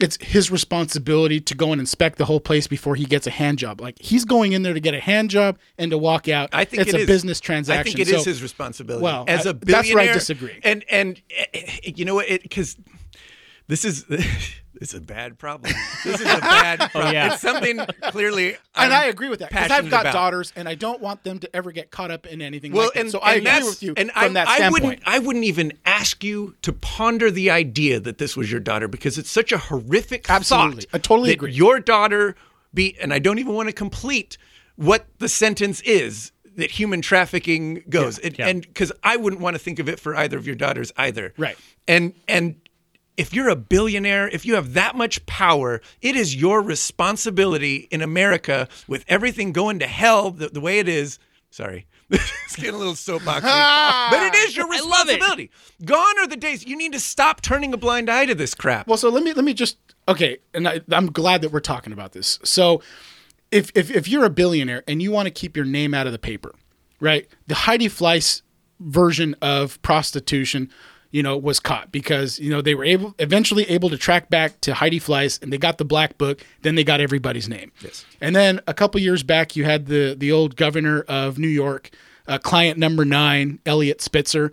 Speaker 3: it's his responsibility to go and inspect the whole place before he gets a hand job. Like he's going in there to get a hand job and to walk out.
Speaker 1: I think
Speaker 3: it's
Speaker 1: it
Speaker 3: a
Speaker 1: is.
Speaker 3: business
Speaker 1: I
Speaker 3: transaction.
Speaker 1: think it is
Speaker 3: so,
Speaker 1: his responsibility.
Speaker 3: Well,
Speaker 1: as
Speaker 3: I-
Speaker 1: a
Speaker 3: that's where I
Speaker 1: billionaire,
Speaker 3: disagree.
Speaker 1: And and eh, eh, you know what? Because this is it's a bad problem. This is a bad. problem.
Speaker 2: yeah.
Speaker 1: It's something clearly.
Speaker 3: Oh, and I agree with that because I've
Speaker 1: passionate
Speaker 3: got
Speaker 1: about.
Speaker 3: daughters, and I don't want them to ever get caught up in anything.
Speaker 1: Well,
Speaker 3: like that.
Speaker 1: and
Speaker 3: so I
Speaker 1: and
Speaker 3: agree
Speaker 1: that's-
Speaker 3: with you
Speaker 1: And
Speaker 3: from
Speaker 1: I,
Speaker 3: that
Speaker 1: I
Speaker 3: standpoint.
Speaker 1: wouldn't. I wouldn't even ask you to ponder the idea that this was your daughter because it's such a horrific
Speaker 3: Absolutely.
Speaker 1: thought.
Speaker 3: I totally
Speaker 1: that
Speaker 3: agree.
Speaker 1: Your daughter be, and I don't even want to complete what the sentence is that human trafficking goes, and
Speaker 2: yeah.
Speaker 1: because I wouldn't want to think of it for either of your daughters either.
Speaker 3: Right.
Speaker 1: And and. If you're a billionaire, if you have that much power, it is your responsibility in America with everything going to hell the, the way it is. Sorry, it's getting a little soapboxy, but it is your
Speaker 2: I love it.
Speaker 1: responsibility. Gone are the days you need to stop turning a blind eye to this crap.
Speaker 3: Well, so let me let me just okay, and I, I'm glad that we're talking about this. So, if if if you're a billionaire and you want to keep your name out of the paper, right? The Heidi Fleiss version of prostitution, you know, was caught because you know they were able eventually able to track back to Heidi Fleiss and they got the black book. Then they got everybody's name. Yes. And then a couple years back, you had the the old governor of New York uh, client number nine, Elliot Spitzer,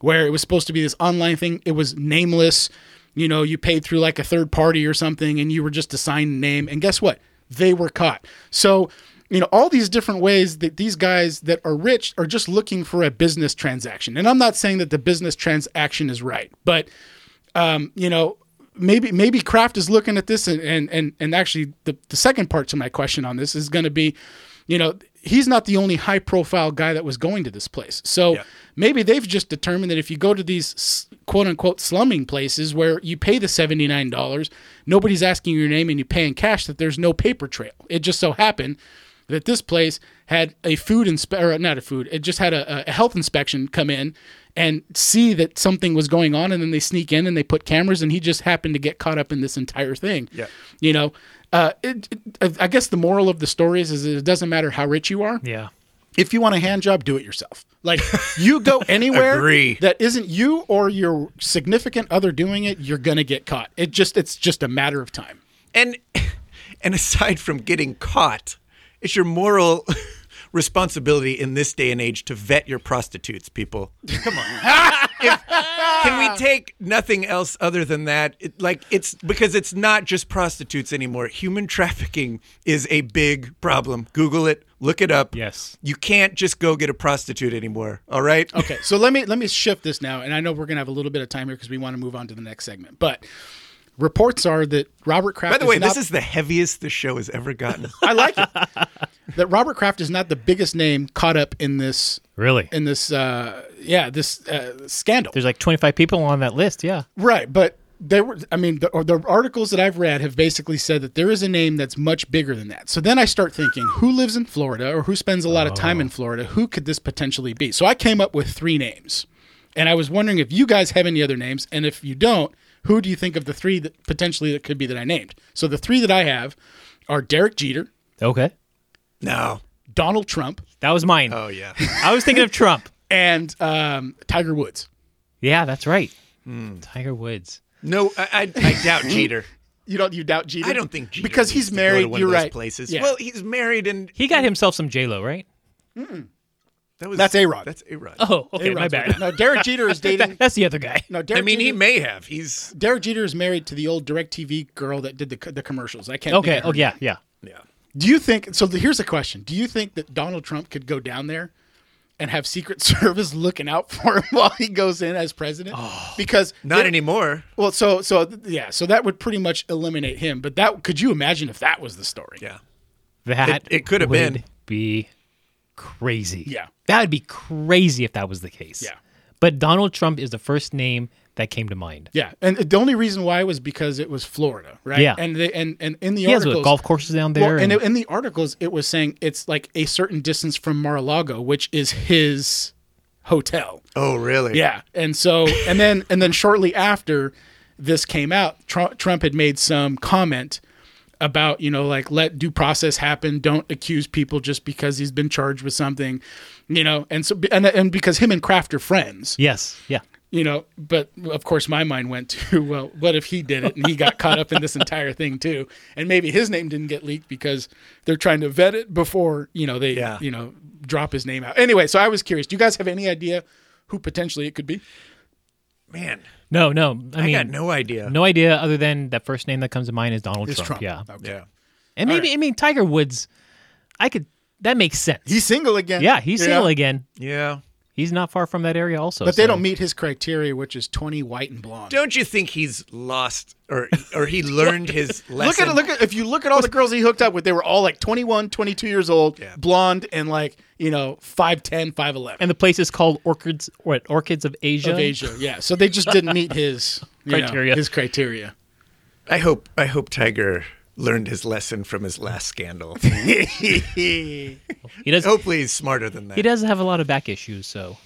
Speaker 3: where it was supposed to be this online thing. It was nameless. You know, you paid through like a third party or something and you were just assigned a name. And guess what? They were caught. So, you know, all these different ways that these guys that are rich are just looking for a business transaction. And I'm not saying that the business transaction is right, but you know maybe maybe Kraft is looking at this and and and, and actually the, the second part to my question on this is going to be you know he's not the only high profile guy that was going to this place so
Speaker 1: Yeah.
Speaker 3: maybe they've just determined that if you go to these s- quote unquote slumming places where you pay the $79 nobody's asking your name and you pay in cash that there's no paper trail it just so happened that this place had a food inspe- or not a food it just had a, a health inspection come in and see that something was going on and then they sneak in and they put cameras and he just happened to get caught up in this entire thing
Speaker 1: Yeah.
Speaker 3: you know uh, it, it, i guess the moral of the story is, is it doesn't matter how rich you are
Speaker 2: Yeah.
Speaker 3: if you want a hand job do it yourself like you go anywhere
Speaker 1: Agree.
Speaker 3: that isn't you or your significant other doing it you're gonna get caught it just it's just a matter of time
Speaker 1: and and aside from getting caught, it's your moral responsibility in this day and age to vet your prostitutes, people. Come on. If- can we take nothing else other than that? It, like it's because it's not just prostitutes anymore. Human trafficking is a big problem. Google it, look it up.
Speaker 2: Yes.
Speaker 1: You can't just go get a prostitute anymore. All right?
Speaker 3: Okay, so let me let me shift this now, and I know we're gonna have a little bit of time here because we want to move on to the next segment. But reports are that Robert Kraft.
Speaker 1: By the way,
Speaker 3: is not,
Speaker 1: this is the heaviest this show has ever gotten.
Speaker 3: I like it that Robert Kraft is not the biggest name caught up in this
Speaker 2: Really?
Speaker 3: in this uh, yeah this uh, scandal.
Speaker 2: There's like 25 people on that list. Yeah.
Speaker 3: Right, but they were. I mean, the, or the articles that I've read have basically said that there is a name that's much bigger than that. So then I start thinking, who lives in Florida or who spends a lot of time in
Speaker 2: Oh.
Speaker 3: Florida? Who could this potentially be? So I came up with three names, and I was wondering if you guys have any other names, and if you don't, who do you think of the three that potentially that could be that I named? So the three that I have are Derek Jeter,
Speaker 2: Okay.
Speaker 1: no.
Speaker 3: Donald Trump,
Speaker 2: That was mine.
Speaker 1: Oh yeah.
Speaker 2: I was thinking of Trump.
Speaker 3: and um, Tiger Woods.
Speaker 2: Yeah, that's right.
Speaker 3: Hmm.
Speaker 2: Tiger Woods.
Speaker 1: No, I, I, I doubt Jeter.
Speaker 3: You don't you doubt Jeter?
Speaker 1: I don't think Jeter
Speaker 3: because
Speaker 1: needs
Speaker 3: he's
Speaker 1: to
Speaker 3: married.
Speaker 1: Go to one
Speaker 3: you're
Speaker 1: of those
Speaker 3: right.
Speaker 1: Places.
Speaker 3: Yeah.
Speaker 1: Well, he's married, and
Speaker 2: He got himself some J Lo, right?
Speaker 1: that was
Speaker 3: That's A-Rod.
Speaker 1: That's a Rod.
Speaker 2: Oh, okay, my
Speaker 3: Rod's
Speaker 2: bad.
Speaker 3: right. No, Derek Jeter is dating.
Speaker 2: That's the other guy.
Speaker 3: No,
Speaker 1: I
Speaker 3: Derek
Speaker 1: mean,
Speaker 3: Jeter,
Speaker 1: he may have. He's
Speaker 3: Derek Jeter is married to the old DirecTV girl that did the, the commercials. I can't. think
Speaker 2: Okay.
Speaker 3: of her
Speaker 2: Oh yeah,
Speaker 3: name.
Speaker 2: yeah.
Speaker 1: yeah.
Speaker 3: Do you think? So th- here's a question. Do you think that Donald Trump could go down there and have Secret Service looking out for him while he goes in as president
Speaker 2: Oh,
Speaker 3: because
Speaker 1: Not
Speaker 3: they-
Speaker 1: anymore.
Speaker 3: Well, so so th- yeah, so that would pretty much eliminate him. But that could you imagine if that was the story?
Speaker 1: Yeah.
Speaker 2: That
Speaker 1: It- it could have
Speaker 2: would
Speaker 1: been.
Speaker 2: be crazy.
Speaker 3: Yeah.
Speaker 2: that would be crazy if that was the case.
Speaker 3: Yeah.
Speaker 2: but Donald Trump is the first name that came to mind.
Speaker 3: Yeah, and the only reason why was because it was Florida, right?
Speaker 2: Yeah.
Speaker 3: and they, and and in the
Speaker 2: He has
Speaker 3: articles,
Speaker 2: what, golf courses down there.
Speaker 3: Well, and
Speaker 2: and-
Speaker 3: in the articles, it was saying it's like a certain distance from Mar-a-Lago, which is his hotel.
Speaker 1: Oh, really?
Speaker 3: Yeah, and so and then and then shortly after this came out, Trump, Trump had made some comment about you know like let due process happen, don't accuse people just because he's been charged with something, you know, and so and and because him and Kraft are friends,
Speaker 2: yes, yeah.
Speaker 3: you know. But of course, my mind went to well, what if he did it and he got caught up in this entire thing too, and maybe his name didn't get leaked because they're trying to vet it before you know they
Speaker 1: Yeah.
Speaker 3: you know drop his name out. Anyway, so I was curious. Do you guys have any idea? Who potentially it could be?
Speaker 1: Man,
Speaker 2: No, no. I,
Speaker 1: I
Speaker 2: mean,
Speaker 1: got no idea.
Speaker 2: no idea other than that first name that comes to mind is Donald Trump.
Speaker 3: Trump.
Speaker 2: Yeah,
Speaker 1: Yeah.
Speaker 2: and maybe I mean Tiger Woods. I could. That makes sense.
Speaker 3: He's single again.
Speaker 2: yeah, he's
Speaker 3: you
Speaker 2: single
Speaker 3: know?
Speaker 2: again.
Speaker 1: Yeah.
Speaker 2: He's not far from that area, also.
Speaker 3: But they
Speaker 2: so-
Speaker 3: don't meet his criteria, which is twenty white and blonde.
Speaker 1: Don't you think he's lost or or he learned his
Speaker 3: look
Speaker 1: lesson?
Speaker 3: at it. Look at if you look at all the girls he hooked up with, they were all like 21, 22 years old,
Speaker 1: Yeah.
Speaker 3: blonde, and like you know 5'10", 5'11".
Speaker 2: And the place is called Orchids. What Orchids of Asia?
Speaker 3: of Asia. Yeah, so they just didn't meet his you know,
Speaker 2: Criteria.
Speaker 3: his criteria.
Speaker 1: I hope I hope Tiger learned his lesson from his last scandal.
Speaker 2: He does.
Speaker 3: Oh.
Speaker 1: Hopefully he's smarter than that.
Speaker 2: He does have a lot of back issues, so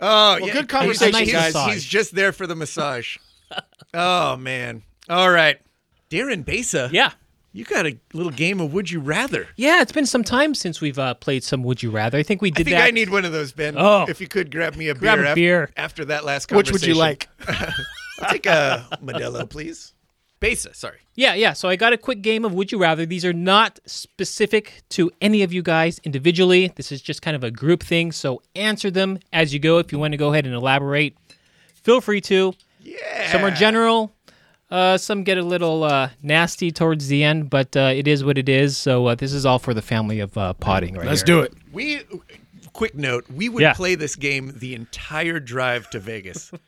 Speaker 1: Oh, yeah.
Speaker 3: good conversation,
Speaker 1: he's,
Speaker 2: guys.
Speaker 1: He's, he's just there for the massage. oh man. All right. Darren Besa.
Speaker 2: yeah,
Speaker 1: You got a little game of Would You Rather.
Speaker 2: yeah. It's been some time since we've uh, played some Would You Rather. I think we
Speaker 1: I
Speaker 2: did
Speaker 1: think
Speaker 2: that.
Speaker 1: I need one of those, Ben.
Speaker 2: Oh.
Speaker 1: If you could grab me a beer,
Speaker 2: Grab a
Speaker 1: af-
Speaker 2: beer.
Speaker 1: after that last
Speaker 3: Which
Speaker 1: conversation.
Speaker 3: would you like?
Speaker 1: I'll take a Modelo, please. Besa, sorry.
Speaker 2: Yeah, yeah. So I got a quick game of Would You Rather. These are not specific to any of you guys individually. This is just kind of a group thing. So answer them as you go. If you want to go ahead and elaborate, feel free to.
Speaker 1: Yeah.
Speaker 2: Some are general. Uh, some get a little uh, nasty towards the end, but uh, it is what it is. So uh, this is all for the family of uh, potting, right?
Speaker 3: Let's
Speaker 2: here.
Speaker 3: do it.
Speaker 1: We quick note, we would
Speaker 2: Yeah.
Speaker 1: play this game the entire drive to Vegas.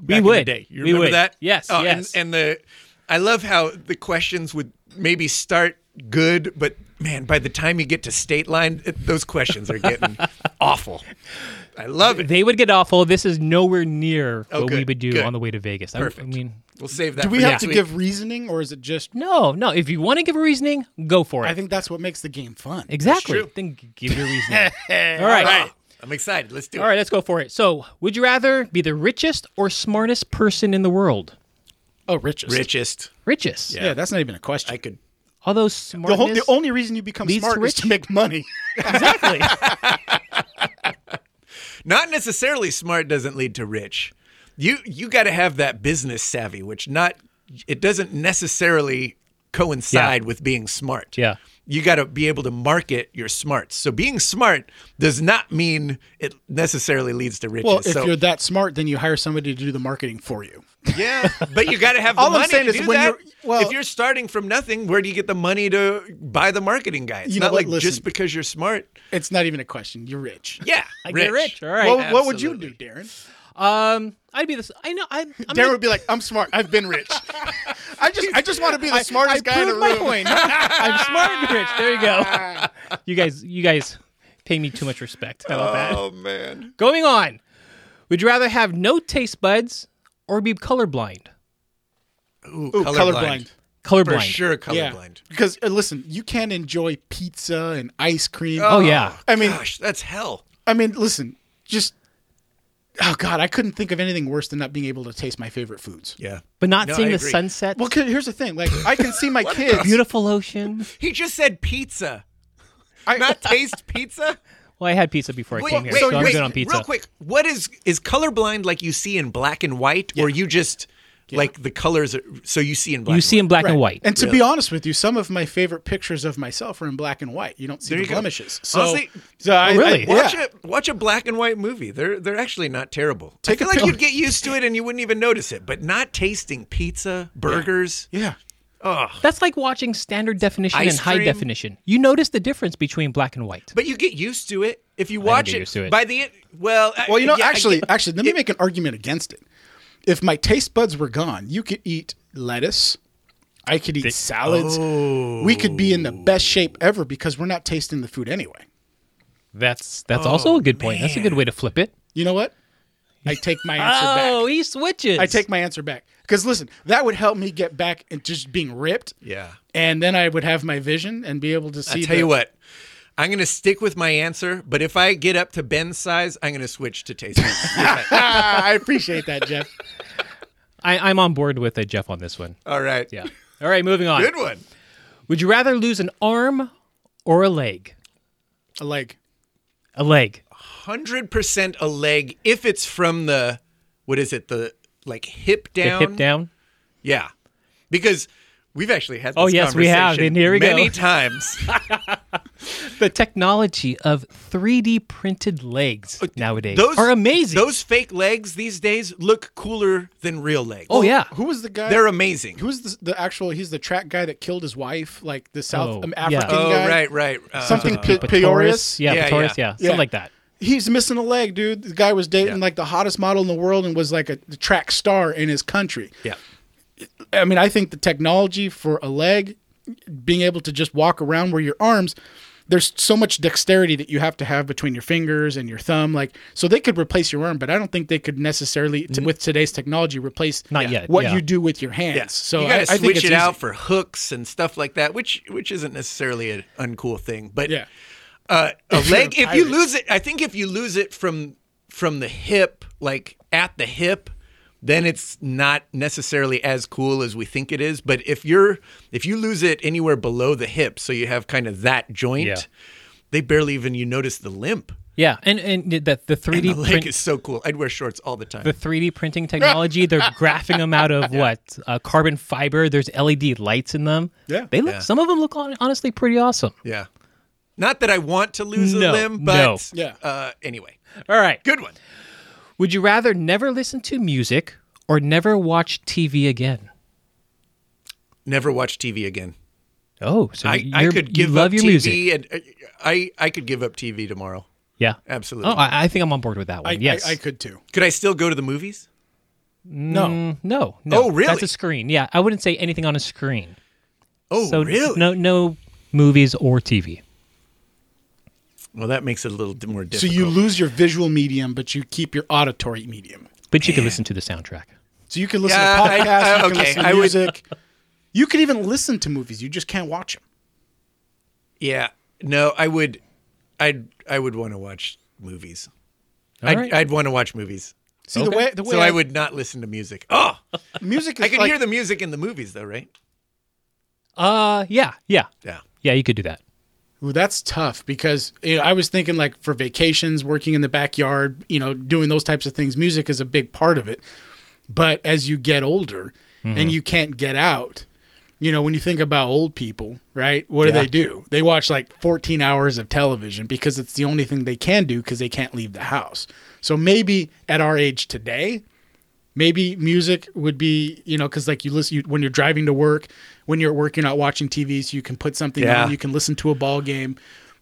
Speaker 2: We
Speaker 1: back in the
Speaker 2: would.
Speaker 1: day. You
Speaker 2: We
Speaker 1: remember
Speaker 2: would.
Speaker 1: that?
Speaker 2: Yes,
Speaker 1: Oh,
Speaker 2: yes.
Speaker 1: And, and the I love how the questions would maybe start good, but man, by the time you get to state line, it- those questions are getting awful. I love it.
Speaker 2: They would get awful. This is nowhere near
Speaker 1: Oh,
Speaker 2: what we
Speaker 1: good,
Speaker 2: would do
Speaker 1: good.
Speaker 2: on the way to Vegas. I- I,
Speaker 1: Perfect.
Speaker 2: mean,
Speaker 1: We'll save that.
Speaker 3: Do we
Speaker 1: for
Speaker 3: have
Speaker 1: next
Speaker 3: to
Speaker 1: week.
Speaker 3: give reasoning, or is it just?
Speaker 2: no, no. If you want to give a reasoning, go for it.
Speaker 3: I think that's what makes the game fun.
Speaker 2: exactly.
Speaker 1: true.
Speaker 2: Then g- give your reasoning. all
Speaker 1: All
Speaker 2: right.
Speaker 1: right. I'm excited. Let's do
Speaker 2: All
Speaker 1: it.
Speaker 2: right, let's go for it. So, would you rather be the richest or smartest person in the world?
Speaker 3: Oh, richest.
Speaker 1: Richest.
Speaker 2: Richest.
Speaker 3: Yeah, that's not even a question.
Speaker 1: I could
Speaker 2: Although
Speaker 3: the, whole,
Speaker 2: smartness.
Speaker 3: the only reason you become
Speaker 2: leads to
Speaker 3: smart is
Speaker 2: rich.
Speaker 3: to make money.
Speaker 2: exactly.
Speaker 1: not necessarily smart doesn't lead to rich. You you got to have that business savvy, which not it doesn't necessarily coincide with being smart.
Speaker 2: Yeah.
Speaker 1: You got to be able to market your smarts. So being smart does not mean it necessarily leads to riches.
Speaker 3: Well, if
Speaker 1: so,
Speaker 3: you're that smart, then you hire somebody to do the marketing for you.
Speaker 1: yeah, but you got to have the
Speaker 3: All I'm
Speaker 1: money
Speaker 3: saying
Speaker 1: to
Speaker 3: is
Speaker 1: do
Speaker 3: when
Speaker 1: that.
Speaker 3: you're- well-
Speaker 1: if you're starting from nothing, where do you get the money to buy the marketing guy? It's
Speaker 3: You know
Speaker 1: not
Speaker 3: what?
Speaker 1: like
Speaker 3: Listen.
Speaker 1: just because you're smart.
Speaker 3: It's not even a question. You're rich.
Speaker 1: Yeah,
Speaker 2: I get rich. All right.
Speaker 3: Well, what would you do,
Speaker 1: absolutely.
Speaker 3: Darren?
Speaker 2: um, I'd be this. I know. I, I'm
Speaker 3: Darren
Speaker 2: not-
Speaker 3: would be like, "I'm smart. I've been rich. I just, I just want to be the smartest guy in the
Speaker 2: proved my
Speaker 3: room."
Speaker 2: point. I'm smart and rich. There you go. You guys, you guys, pay me too much respect. How about that?
Speaker 1: Oh man.
Speaker 2: Going on. Would you rather have no taste buds or be colorblind?
Speaker 1: Ooh,
Speaker 3: Ooh, colorblind.
Speaker 2: Colorblind.
Speaker 1: For sure,
Speaker 3: Yeah.
Speaker 1: colorblind.
Speaker 3: Because uh, listen, you can enjoy pizza and ice cream.
Speaker 2: Oh yeah.
Speaker 3: I mean,
Speaker 1: gosh, that's hell.
Speaker 3: I mean, listen, just oh god, I couldn't think of anything worse than not being able to taste my favorite foods.
Speaker 1: Yeah.
Speaker 2: But not
Speaker 1: No,
Speaker 2: seeing
Speaker 1: I
Speaker 2: the
Speaker 1: agree.
Speaker 2: sunset.
Speaker 3: Well, 'cause here's the thing: like, I can see my kids.
Speaker 2: beautiful ocean.
Speaker 1: He just said pizza.
Speaker 3: I-
Speaker 1: Not taste pizza?
Speaker 2: Well, I had pizza before I
Speaker 1: Wait,
Speaker 2: came here,
Speaker 1: wait,
Speaker 2: so I'm
Speaker 1: wait,
Speaker 2: good on pizza.
Speaker 1: Real quick, what is is colorblind like you see in black and white or you just like the colors are, so you see in black
Speaker 2: you
Speaker 1: and
Speaker 2: see
Speaker 1: white?
Speaker 2: in black and
Speaker 3: Right.
Speaker 2: white.
Speaker 3: And to be honest with you, some of my favorite pictures of myself are in black and white. You don't see
Speaker 1: There
Speaker 3: the
Speaker 1: you go.
Speaker 3: blemishes. So,
Speaker 1: Honestly-
Speaker 3: so I,
Speaker 2: Oh, really?
Speaker 3: I-
Speaker 1: Watch
Speaker 3: yeah.
Speaker 1: a watch a black and white movie. They're they're actually not terrible. I
Speaker 3: Take a
Speaker 1: feel like
Speaker 3: pill.
Speaker 1: you'd get used to it and you wouldn't even notice it. But not tasting pizza, burgers,
Speaker 3: Yeah.
Speaker 1: Ugh.
Speaker 2: That's like watching standard definition
Speaker 1: Ice
Speaker 2: and high
Speaker 1: cream.
Speaker 2: definition. You notice the difference between black and white.
Speaker 1: But you get used to it if you watch
Speaker 2: get
Speaker 1: it,
Speaker 2: used to it.
Speaker 1: by the end. Well, I-
Speaker 3: Well, you know,
Speaker 1: yeah, I
Speaker 3: actually,
Speaker 1: get-
Speaker 3: actually, let me make an argument against it. If my taste buds were gone, you could eat lettuce. I could eat salads. We could be in the best shape ever because we're not tasting the food anyway.
Speaker 2: That's that's
Speaker 1: Oh,
Speaker 2: also a good point. That's a good way to flip it.
Speaker 3: You know what? I take my answer
Speaker 2: Oh,
Speaker 3: back.
Speaker 2: he switches.
Speaker 3: I take my answer back because listen, that would help me get back and just being ripped.
Speaker 1: yeah.
Speaker 3: And then I would have my vision and be able to see.
Speaker 1: I tell
Speaker 3: the-
Speaker 1: you what, I'm gonna stick with my answer. But if I get up to Ben's size, I'm gonna switch to taste.
Speaker 3: Ah, I appreciate that, Jeff.
Speaker 2: I, I'm on board with uh, Jeff on this one.
Speaker 1: All right.
Speaker 2: Yeah. All right, moving on.
Speaker 1: Good one.
Speaker 2: Would you rather lose an arm or a leg?
Speaker 3: A leg.
Speaker 2: A leg.
Speaker 1: Hundred percent a leg if it's from the what is it the like hip
Speaker 2: The
Speaker 1: down?
Speaker 2: hip down.
Speaker 1: Yeah, because we've actually had. This
Speaker 2: Oh, yes, we have,
Speaker 1: conversation
Speaker 2: and here we go.
Speaker 1: many times.
Speaker 2: The technology of 3D printed legs nowadays are amazing.
Speaker 1: Uh, Those fake legs these days look cooler than real legs.
Speaker 2: oh yeah.
Speaker 3: Who was the guy?
Speaker 1: they're amazing.
Speaker 3: Who's the, the actual? He's the track guy that killed his wife, like the South
Speaker 2: Oh,
Speaker 3: um,
Speaker 2: yeah.
Speaker 3: African
Speaker 1: Oh
Speaker 3: guy.
Speaker 1: right, right. Uh,
Speaker 3: Something Pe-
Speaker 2: Taurus.
Speaker 3: Peorius.
Speaker 2: Yeah,
Speaker 1: Yeah,
Speaker 2: yeah, Taurus.
Speaker 1: yeah.
Speaker 2: Yeah, something
Speaker 3: Yeah.
Speaker 2: like that.
Speaker 3: He's missing a leg, dude. The guy was dating
Speaker 1: Yeah.
Speaker 3: like the hottest model in the world and was like a track star in his country.
Speaker 1: yeah.
Speaker 3: I mean, I think the technology for a leg, being able to just walk around where your arms, there's so much dexterity that you have to have between your fingers and your thumb. Like, so they could replace your arm, but I don't think they could necessarily,
Speaker 1: Mm.
Speaker 3: to, with today's technology, replace
Speaker 2: Not yet,
Speaker 3: what
Speaker 2: yeah.
Speaker 3: you do with your hands.
Speaker 1: Yes.
Speaker 3: So
Speaker 1: you
Speaker 3: I,
Speaker 1: gotta
Speaker 3: I
Speaker 1: switch
Speaker 3: think it's
Speaker 1: it
Speaker 3: easy.
Speaker 1: out for hooks and stuff like that, which which isn't necessarily an uncool thing. But
Speaker 3: Yeah.
Speaker 1: uh, a
Speaker 3: you're
Speaker 1: leg,
Speaker 3: a
Speaker 1: if you
Speaker 3: pirate.
Speaker 1: lose it, I think if you lose it from from the hip, like at the hip, then it's not necessarily as cool as we think it is. But if you're if you lose it anywhere below the hip, so you have kind of that joint,
Speaker 2: Yeah.
Speaker 1: they barely even you notice the limp.
Speaker 2: Yeah, and and that the 3D
Speaker 1: The leg
Speaker 2: print
Speaker 1: is so cool. I'd wear shorts all the time.
Speaker 2: the 3D printing technology. They're graphing them out of what uh, carbon fiber. There's LED lights in them.
Speaker 3: Yeah.
Speaker 2: they look.
Speaker 1: Yeah.
Speaker 2: Some of them look hon- honestly pretty awesome.
Speaker 1: yeah. Not that I want to lose a
Speaker 2: No,
Speaker 1: limb, but
Speaker 2: no.
Speaker 3: Yeah.
Speaker 1: uh, anyway,
Speaker 2: All right.
Speaker 1: good one.
Speaker 2: Would you rather never listen to music or never watch TV again?
Speaker 1: Never watch TV again.
Speaker 2: Oh, so
Speaker 1: I,
Speaker 2: you
Speaker 1: I could give
Speaker 2: you love
Speaker 1: up
Speaker 2: your
Speaker 1: TV
Speaker 2: music.
Speaker 1: and uh, I I could give up TV tomorrow.
Speaker 2: Yeah.
Speaker 1: Absolutely.
Speaker 2: Oh, I, I think I'm on board with that
Speaker 3: I,
Speaker 2: one. yes.
Speaker 3: I, I could too.
Speaker 1: could I still go to the movies?
Speaker 3: No.
Speaker 2: Mm, no. No.
Speaker 1: Oh, really?
Speaker 2: That's a screen. Yeah, I wouldn't say anything on a screen.
Speaker 1: Oh,
Speaker 2: So
Speaker 1: really?
Speaker 2: no, no movies or TV.
Speaker 1: Well, that makes it a little d- more
Speaker 3: So
Speaker 1: difficult.
Speaker 3: you lose your visual medium, but you keep your auditory medium.
Speaker 2: But you can listen to the soundtrack.
Speaker 3: So you can listen
Speaker 1: Yeah,
Speaker 3: to
Speaker 1: I-
Speaker 3: podcasts,
Speaker 1: I-
Speaker 3: you can
Speaker 1: okay,
Speaker 3: listen to
Speaker 1: I would-
Speaker 3: music. you could even listen to movies. You just can't watch them.
Speaker 1: yeah. No, I would. I'd I would want to watch movies.
Speaker 2: All
Speaker 1: I'd,
Speaker 2: right.
Speaker 1: I'd want to watch movies.
Speaker 3: See
Speaker 2: Okay.
Speaker 3: the way the way
Speaker 1: so I, would not listen to music. Oh,
Speaker 3: music. Is
Speaker 1: I could
Speaker 3: like,
Speaker 1: hear the music in the movies though, right?
Speaker 2: Uh, yeah, yeah,
Speaker 1: Yeah.
Speaker 2: yeah. You could do that.
Speaker 3: Ooh, that's tough because you know, I was thinking like for vacations, working in the backyard, you know, doing those types of things. Music is a big part of it. But as you get older and you can't get out, you know, when you think about old people, right? What do
Speaker 2: Yeah.
Speaker 3: they do? They watch like 14 hours of television because it's the only thing they can do because they can't leave the house. So maybe at our age today, maybe music would be you know because like you listen you, when you're driving to work when you're at work you're not watching tv so you can put something
Speaker 1: Yeah.
Speaker 3: on you can listen to a ball game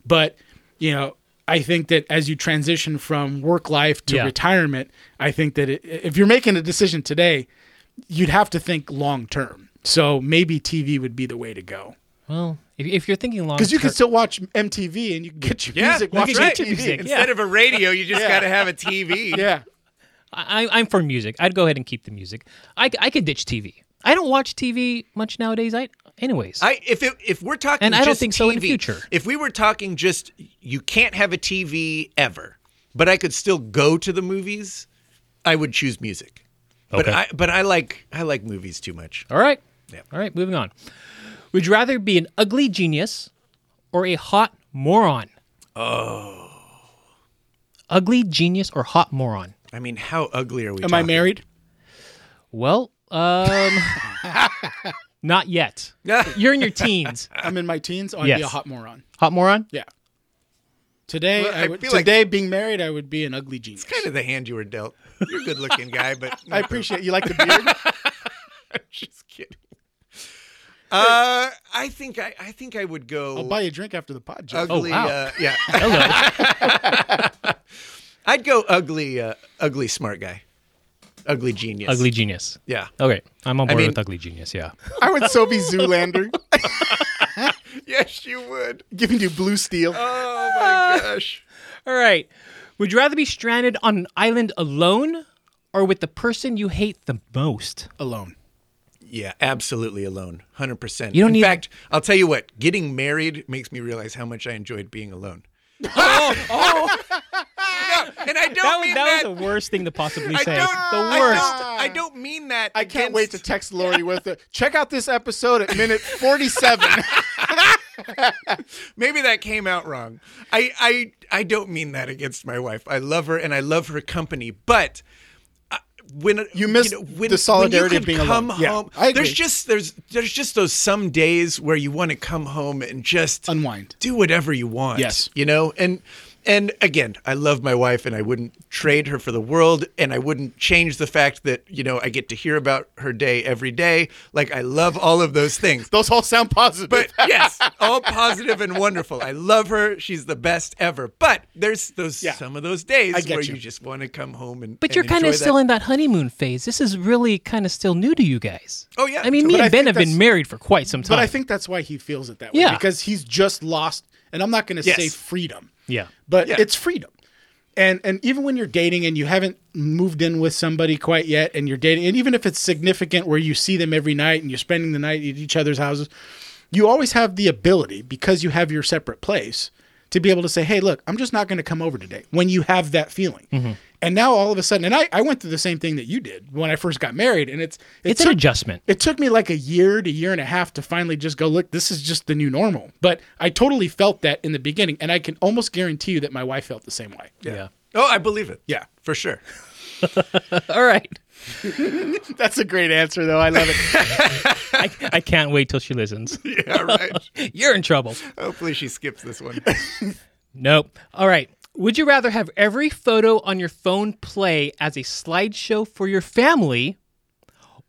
Speaker 3: but you know i think that as you transition from work life to
Speaker 2: Yeah.
Speaker 3: retirement i think that it, if you're making a decision today you'd have to think long term so maybe tv would be the way to go
Speaker 2: Well, if, if you're thinking long,
Speaker 3: because you can
Speaker 2: ter-
Speaker 3: still watch mtv and you can get your
Speaker 1: Yeah.
Speaker 3: music
Speaker 1: that's
Speaker 3: watching
Speaker 1: right.
Speaker 3: tv
Speaker 1: Instead of a radio, you just got to have a TV.
Speaker 3: yeah
Speaker 2: I, I'm for music. I'd go ahead and keep the music. I, I could ditch TV. I don't watch TV much nowadays. I, anyways.
Speaker 1: I if it, if we're talking
Speaker 2: And I don't
Speaker 1: just
Speaker 2: think
Speaker 1: TV,
Speaker 2: so in future.
Speaker 1: If we were talking just you can't have a TV ever, but I could still go to the movies, I would choose music. But
Speaker 2: Okay.
Speaker 1: I but I like I like movies too much.
Speaker 2: All right. All right. Moving on. Would you rather be an ugly genius or a hot moron? Oh. Ugly genius or hot moron?
Speaker 1: I mean, how ugly are we?
Speaker 3: am i
Speaker 1: talking?
Speaker 3: married
Speaker 2: Well, um, not yet. You're in your teens.
Speaker 3: i'm in my teens Oh, i'd
Speaker 2: Yes.
Speaker 3: be a hot moron
Speaker 2: Hot moron?
Speaker 3: Yeah. Today,
Speaker 1: Well, I
Speaker 3: I would,
Speaker 1: feel like-
Speaker 3: today being married, I would be an ugly genius.
Speaker 1: Kind of the hand you were dealt. You're a good looking guy, but
Speaker 3: I appreciate you like the beard.
Speaker 1: just kidding. Uh, I think I, I think I would go.
Speaker 3: I'll buy you a drink after the pod, Jeff.
Speaker 1: ugly.
Speaker 2: Oh, wow.
Speaker 1: uh, yeah,
Speaker 2: Hello.
Speaker 1: I'd go ugly. Uh, ugly smart guy. Ugly genius.
Speaker 2: Ugly Genius.
Speaker 1: Yeah.
Speaker 2: Okay. I'm on board
Speaker 1: mean-
Speaker 2: with Ugly Genius. Yeah.
Speaker 3: I would so be Zoolander,
Speaker 2: Oh.
Speaker 1: Yes, you would.
Speaker 3: giving you blue steel.
Speaker 1: Oh my gosh.
Speaker 2: All right. Would you rather be stranded on an island alone or with the person you hate the most?
Speaker 3: Alone.
Speaker 1: Yeah, absolutely alone. 100%.
Speaker 2: You don't
Speaker 1: In
Speaker 2: need-
Speaker 1: fact, I'll tell you what, getting married makes me realize how much I enjoyed being alone. oh, no, and I don't
Speaker 2: oh. That was,
Speaker 1: mean
Speaker 2: that
Speaker 1: that.
Speaker 2: was the worst thing to possibly
Speaker 1: I
Speaker 2: say.
Speaker 1: don't,
Speaker 2: the worst.
Speaker 1: I don't, I don't mean that.
Speaker 3: I can't wait to text Lori with it. Check out this episode at minute 47.
Speaker 1: Maybe that came out wrong. I, I, I don't mean that against my wife. I love her and I love her company, but uh, when you
Speaker 3: miss
Speaker 1: know,
Speaker 3: the solidarity
Speaker 1: could
Speaker 3: of being
Speaker 1: come
Speaker 3: alone. Yeah,
Speaker 1: home,
Speaker 3: I agree.
Speaker 1: there's just there's there's just those some days where you want to come home and just
Speaker 3: Unwind.
Speaker 1: do whatever you want.
Speaker 3: Yes.
Speaker 1: you know, and and again, I love my wife, and I wouldn't trade her for the world, and I wouldn't change the fact that you know I get to hear about her day every day. Like I love all of those things.
Speaker 3: Those all sound positive.
Speaker 1: But yes, all positive and wonderful. I love her. She's the best ever. But there's those
Speaker 3: Yeah.
Speaker 1: some of those days
Speaker 3: I get
Speaker 1: where
Speaker 3: you.
Speaker 1: you. just want to come home and.
Speaker 2: But you're
Speaker 1: kind
Speaker 2: kind of still in that honeymoon phase. This is really kind of still new to you guys.
Speaker 1: Oh, yeah.
Speaker 2: I mean,
Speaker 1: But
Speaker 2: me
Speaker 3: I
Speaker 2: and Ben
Speaker 3: think
Speaker 2: have
Speaker 3: that's-
Speaker 2: been married for quite some time.
Speaker 3: But I think that's why he feels it that way.
Speaker 2: Yeah.
Speaker 3: Because he's just lost, and I'm not going to
Speaker 1: Yes.
Speaker 3: say freedom.
Speaker 2: Yeah.
Speaker 3: But
Speaker 1: Yeah.
Speaker 3: it's freedom. And and even when you're dating and you haven't moved in with somebody quite yet, and you're dating, and even if it's significant where you see them every night and you're spending the night at each other's houses, you always have the ability because you have your separate place to be able to say, "Hey, look, I'm just not going to come over today." When you have that feeling,
Speaker 2: Mm-hmm.
Speaker 3: and now all of a sudden, and I, I went through the same thing that you did when I first got married, and it's it
Speaker 2: it's an
Speaker 3: took-
Speaker 2: adjustment.
Speaker 3: it took me like a year to year and a half to finally just go, look, this is just the new normal. But I totally felt that in the beginning, and I can almost guarantee you that my wife felt the same way.
Speaker 2: yeah.
Speaker 1: Oh, I believe it.
Speaker 3: Yeah.
Speaker 1: for sure.
Speaker 2: All right.
Speaker 3: That's a great answer, though. I love it.
Speaker 2: I, I can't wait till she listens.
Speaker 1: Yeah, right.
Speaker 2: You're in trouble.
Speaker 1: Hopefully, she skips this one.
Speaker 2: Nope. All right. Would you rather have every photo on your phone play as a slideshow for your family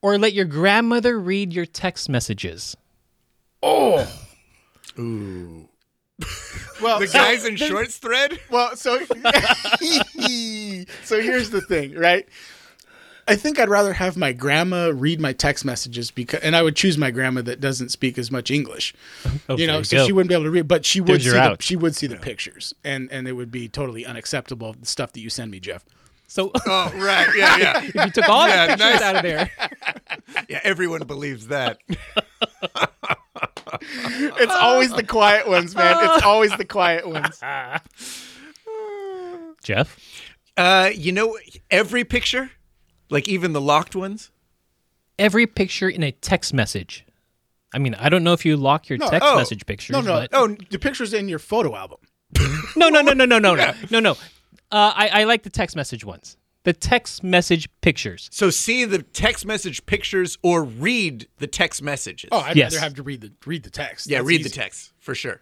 Speaker 2: or let your grandmother read your text messages?
Speaker 3: well,
Speaker 1: The
Speaker 3: so-
Speaker 1: guys in shorts thread.
Speaker 3: well, so so here's the thing, right? I think I'd rather have my grandma read my text messages because, and I would choose my grandma that doesn't speak as much English.
Speaker 2: Oh, there
Speaker 3: you know, so
Speaker 2: go.
Speaker 3: she wouldn't be able to read, but she would
Speaker 2: There's
Speaker 3: see
Speaker 2: your
Speaker 3: the,
Speaker 2: out.
Speaker 3: she would see the pictures, and and it would be totally unacceptable the stuff that you send me, Jeff.
Speaker 2: So
Speaker 1: Oh, right. Yeah, yeah,
Speaker 2: you took all
Speaker 1: Yeah,
Speaker 2: the pictures
Speaker 1: nice.
Speaker 2: out of there.
Speaker 1: yeah. Everyone believes that.
Speaker 3: It's always the quiet ones, man. It's always the quiet ones.
Speaker 2: Jeff?
Speaker 1: Uh, you know, every picture, like even the locked ones.
Speaker 2: Every picture in a text message. I mean, I don't know if you lock your text
Speaker 1: oh,
Speaker 2: message pictures.
Speaker 3: No, no,
Speaker 2: but-
Speaker 3: oh, the pictures in your photo album.
Speaker 2: no, no, no, no, no, no, no, no, no. Uh, I, I like the text message ones. The text message pictures.
Speaker 1: So see the text message pictures or read the text messages.
Speaker 3: Oh, I'd
Speaker 2: Yes.
Speaker 3: rather have to read the read the text.
Speaker 1: yeah,
Speaker 3: That's
Speaker 1: read
Speaker 3: easy.
Speaker 1: the text for sure.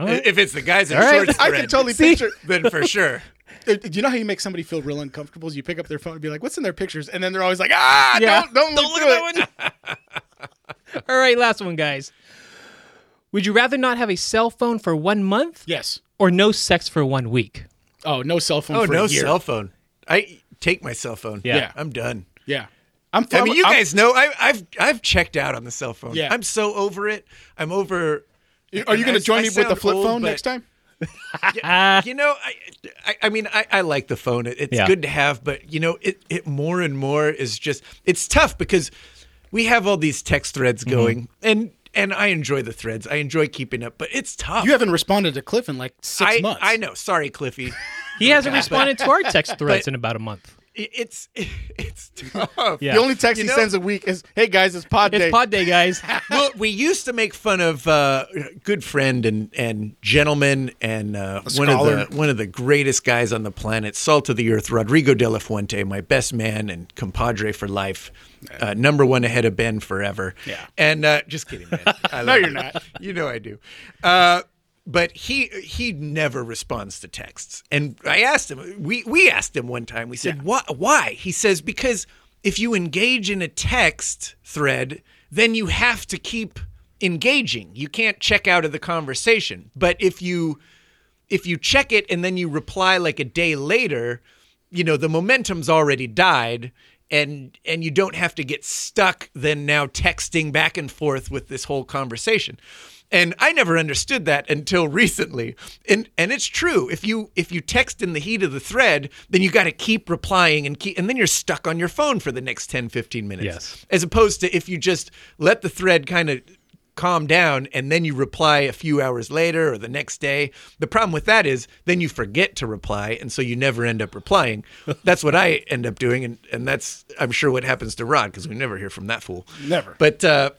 Speaker 2: right.
Speaker 1: If it's the guys in
Speaker 2: All right.
Speaker 1: shorts
Speaker 3: I
Speaker 1: thread,
Speaker 3: can totally picture.
Speaker 1: then for sure.
Speaker 3: Do you know how you make somebody feel real uncomfortable? Is you pick up their phone and be like, "What's in their pictures?" And then they're always like, "Ah,
Speaker 2: Yeah.
Speaker 3: don't don't, look at that one."
Speaker 2: All right, last one, guys. Would you rather not have a cell phone for one month
Speaker 3: Yes.
Speaker 2: or no sex for one week?
Speaker 3: Oh, no cell phone.
Speaker 1: Oh
Speaker 3: for
Speaker 1: no,
Speaker 3: a year.
Speaker 1: cell phone. I take my cell phone.
Speaker 2: Yeah.
Speaker 3: Yeah.
Speaker 1: I'm done.
Speaker 3: Yeah, I'm.
Speaker 1: I
Speaker 3: fine
Speaker 1: mean,
Speaker 3: with-
Speaker 1: you
Speaker 3: I'm-
Speaker 1: guys know I, I've I've checked out on the cell phone.
Speaker 3: Yeah.
Speaker 1: I'm so over it. I'm over.
Speaker 3: Are you going
Speaker 1: I-
Speaker 3: to join
Speaker 1: I
Speaker 3: me with the
Speaker 1: sound
Speaker 3: flip
Speaker 1: old,
Speaker 3: phone
Speaker 1: but-
Speaker 3: next time?
Speaker 1: You know, I, I, I mean, I, I like the phone. It, it's
Speaker 2: Yeah.
Speaker 1: good to have, but you know, it, it more and more is just it's tough because we have all these text threads going, and and I enjoy the threads. I enjoy keeping up, but it's tough.
Speaker 3: You haven't responded to Cliff in like six
Speaker 1: I,
Speaker 3: months.
Speaker 1: I know. Sorry, Cliffy.
Speaker 3: Oh
Speaker 2: He hasn't responded to our text threads in about a month.
Speaker 1: It- it's it's tough.
Speaker 2: Yeah.
Speaker 3: The only text
Speaker 1: You
Speaker 3: he
Speaker 1: know-
Speaker 3: sends a week is, "Hey guys, it's pod
Speaker 2: It's
Speaker 3: day."
Speaker 2: pod day, guys.
Speaker 1: well, we used to make fun of uh, good friend and and gentleman and uh, one of
Speaker 3: scholar.
Speaker 1: the one of the greatest guys on the planet, salt of the earth, Rodrigo de la Fuente, my best man and compadre for life, uh, number one ahead of Ben forever.
Speaker 3: Yeah.
Speaker 1: and uh, just kidding, man. I
Speaker 3: No,
Speaker 1: love
Speaker 3: you're
Speaker 1: you.
Speaker 3: not.
Speaker 1: You know I do. Uh, but he he never responds to texts. And I asked him. We we asked him one time. We said, "Why?" Why? He says, "Because if you engage in a text thread, then you have to keep." engaging. You can't check out of the conversation. But if you if you check it and then you reply like a day later, you know, the momentum's already died and and you don't have to get stuck then now texting back and forth with this whole conversation. And I never understood that until recently. And and it's true. If you if you text in the heat of the thread, then you got to keep replying and keep and then you're stuck on your phone for the next 10 15 minutes.
Speaker 2: Yes.
Speaker 1: As opposed to if you just let the thread kind of calm down and then you reply a few hours later or the next day. The problem with that is then you forget to reply and so you never end up replying. that's what I end up doing and and that's I'm sure what happens to Rod because we never hear from that fool.
Speaker 3: Never.
Speaker 1: But uh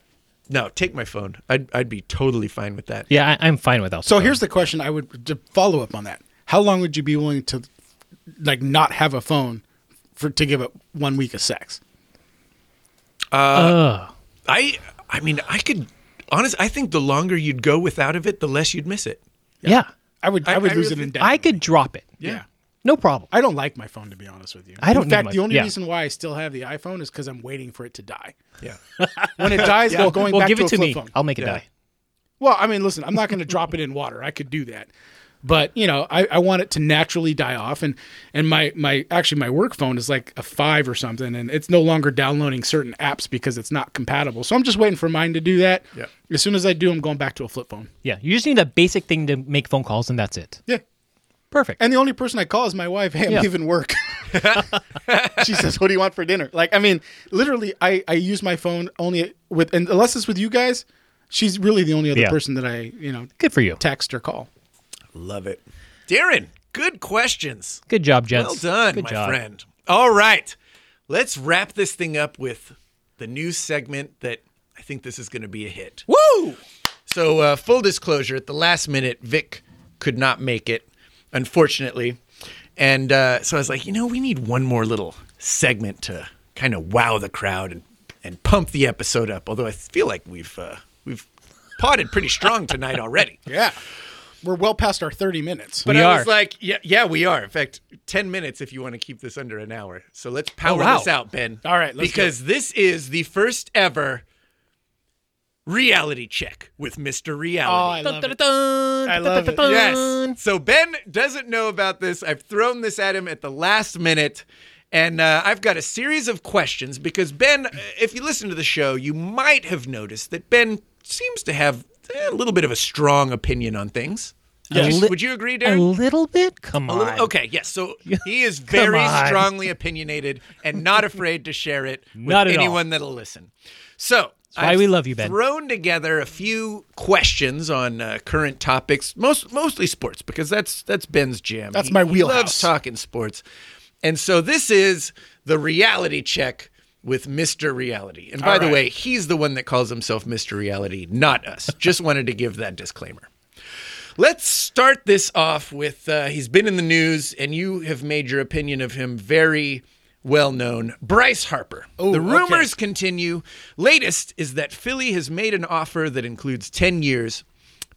Speaker 1: no, take my phone. I'd I'd be totally fine with that.
Speaker 2: Yeah, I, I'm fine with that.
Speaker 3: So here's the question I would to follow up on that. How long would you be willing to like not have a phone for to give up one week of sex?
Speaker 1: I I mean, I could honest I think the longer you'd go without of it, the less you'd miss it.
Speaker 2: yeah.
Speaker 3: I would I,
Speaker 1: I-
Speaker 3: would
Speaker 1: I
Speaker 3: lose
Speaker 1: really-
Speaker 3: it in death.
Speaker 2: I could drop it.
Speaker 3: yeah.
Speaker 2: No problem.
Speaker 3: I don't like my phone to be honest with you.
Speaker 2: I don't
Speaker 3: In
Speaker 2: need
Speaker 3: fact,
Speaker 2: my-
Speaker 3: the only
Speaker 2: yeah.
Speaker 3: reason why I still have the iPhone is because I'm waiting for it to die.
Speaker 1: Yeah.
Speaker 3: When it dies, we're going
Speaker 2: well,
Speaker 3: back
Speaker 2: give
Speaker 3: to
Speaker 2: it
Speaker 3: a
Speaker 2: to
Speaker 3: flip
Speaker 2: me.
Speaker 3: phone.
Speaker 2: I'll make it
Speaker 1: Yeah.
Speaker 2: die.
Speaker 3: Well, I mean, listen, I'm not going to drop it in water. I could do that, but you know, I, I want it to naturally die off. And and my my actually my work phone is like a five or something, and it's no longer downloading certain apps because it's not compatible. So I'm just waiting for mine to do that.
Speaker 1: Yep.
Speaker 3: As soon as I do, I'm going back to a flip phone.
Speaker 2: Yeah, you just need a basic thing to make phone calls, and that's it.
Speaker 3: Yeah.
Speaker 2: Perfect.
Speaker 3: And the only person I call is my wife. Hey, I'm
Speaker 2: Yeah.
Speaker 3: leaving work. she says, "What do you want for dinner?" Like, I mean, literally, I I use my phone only with and unless it's with you guys. She's really the only other
Speaker 2: Yeah.
Speaker 3: person that I you know
Speaker 2: Good for you.
Speaker 3: text or call.
Speaker 1: Love it. Darren, good questions.
Speaker 2: Good job, gents.
Speaker 1: Well done,
Speaker 2: Good
Speaker 1: my
Speaker 2: job.
Speaker 1: friend. All right. Let's wrap this thing up with the new segment that I think this is going to be a hit.
Speaker 3: Woo!
Speaker 1: So, uh, full disclosure at the last minute, Vic could not make it, unfortunately. And uh, so I was like, you know, we need one more little segment to kind of wow the crowd and, and pump the episode up. Although I feel like we've, uh, we've potted pretty strong tonight already.
Speaker 3: Yeah. We're well past our 30 minutes.
Speaker 1: But
Speaker 2: We
Speaker 1: I
Speaker 2: are.
Speaker 1: was like, yeah, yeah, we are. In fact, 10 minutes if you want to keep this under an hour. So let's power
Speaker 2: wow.
Speaker 1: this out, Ben.
Speaker 3: All right, let's
Speaker 1: because this is the first ever reality check with Mr. Reality.
Speaker 3: love it. I
Speaker 2: I
Speaker 3: love it.
Speaker 1: yes. So Ben doesn't know about this. I've thrown this at him at the last minute. And uh, I've got a series of questions because Ben, if you listen to the show, you might have noticed that Ben seems to have eh, a little bit of a strong opinion on things.
Speaker 2: Yes.
Speaker 1: Would you- Would you agree,
Speaker 2: A
Speaker 1: Darren?
Speaker 2: little bit? Come
Speaker 1: A
Speaker 2: on.
Speaker 1: little- okay, yes. So he is very
Speaker 2: on.
Speaker 1: strongly opinionated and not afraid to share it with
Speaker 2: Not at all.
Speaker 1: anyone that'll listen. So
Speaker 2: why we love you, Ben.
Speaker 1: Thrown together a few questions on uh, current topics, most mostly sports, because that's that's Ben's jam.
Speaker 3: That's my wheelhouse.
Speaker 1: He loves talking sports, and so this is the reality check with Mr. Reality. And by the way, he's the one that calls himself Mr. Reality, not us. Just wanted to give that disclaimer. Let's start this off with uh, he's been in the news, and you have made your opinion of him very well known. Bryce Harper. the rumors continue. Latest is that Philly has made an offer that includes 10 years,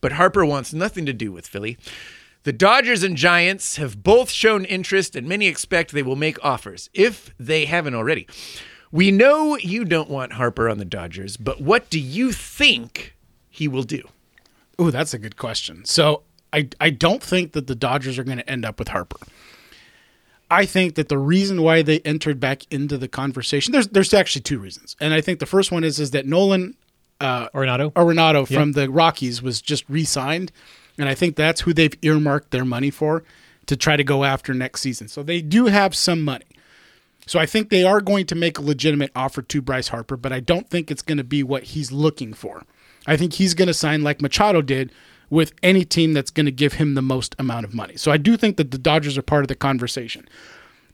Speaker 1: but Harper wants nothing to do with Philly. The Dodgers and Giants have both shown interest, and many expect they will make offers if they haven't already. We know you don't want Harper on the Dodgers, but what do you think he will do?
Speaker 3: Ooh, that's a good question. So I, I don't think that the Dodgers are going to end up with Harper. I think that the reason why they entered back into the conversation, there's there's actually two reasons. And I think the first one is is that Nolan
Speaker 2: Arenado?
Speaker 3: Arenado from the Rockies was just re-signed, and I think that's who they've earmarked their money for to try to go after next season. So they do have some money. So I think they are going to make a legitimate offer to Bryce Harper, but I don't think it's going to be what he's looking for. I think he's going to sign like Machado did with any team that's going to give him the most amount of money. So I do think that the Dodgers are part of the conversation.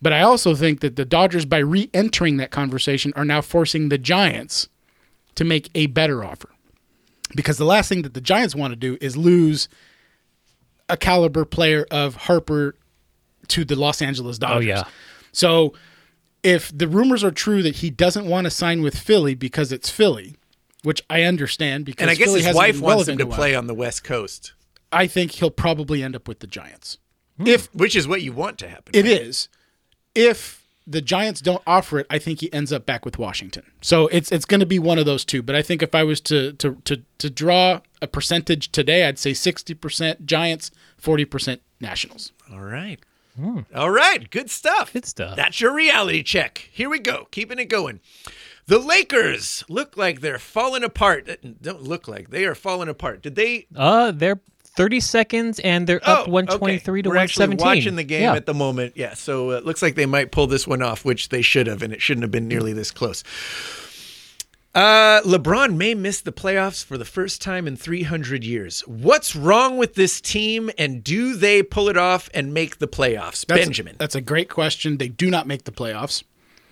Speaker 3: But I also think that the Dodgers, by re entering that conversation, are now forcing the Giants to make a better offer. Because the last thing that the Giants want to do is lose a caliber player of Harper to the Los Angeles Dodgers.
Speaker 2: yeah.
Speaker 3: So if the rumors are true that he doesn't want to sign with Philly because it's Philly, which I understand because
Speaker 1: And I guess
Speaker 3: Philly
Speaker 1: his
Speaker 3: hasn't
Speaker 1: wife
Speaker 3: been
Speaker 1: wants him
Speaker 3: relevant
Speaker 1: to
Speaker 3: in a while,
Speaker 1: play on the West Coast,
Speaker 3: I think he'll probably end up with the Giants. If
Speaker 1: which is what you want to happen.
Speaker 3: It is. If the Giants don't offer it, I think he ends up back with Washington. So it's it's going to be one of those two. But I think if I was to to to, to draw a percentage today, I'd say sixty percent Giants, forty percent Nationals.
Speaker 1: All right.
Speaker 3: Hmm.
Speaker 1: All right. Good stuff.
Speaker 2: Good stuff.
Speaker 1: That's your reality check. Here we go. Keeping it going. The Lakers look like they're falling apart. Uh, Don't look like they are falling apart. Did they?
Speaker 2: Uh, they're 30 seconds and they're up
Speaker 1: Oh, okay.
Speaker 2: 123 to
Speaker 1: We're actually
Speaker 2: 117.
Speaker 1: watching the game
Speaker 2: Yeah.
Speaker 1: at the moment. Yeah. So it looks like they might pull this one off, which they should have, and it shouldn't have been nearly this close. Uh, LeBron may miss the playoffs for the first time in 300 years. What's wrong with this team, and do they pull it off and make the playoffs?
Speaker 3: That's-
Speaker 1: Benjamin.
Speaker 3: That's a great question. They do not make the playoffs.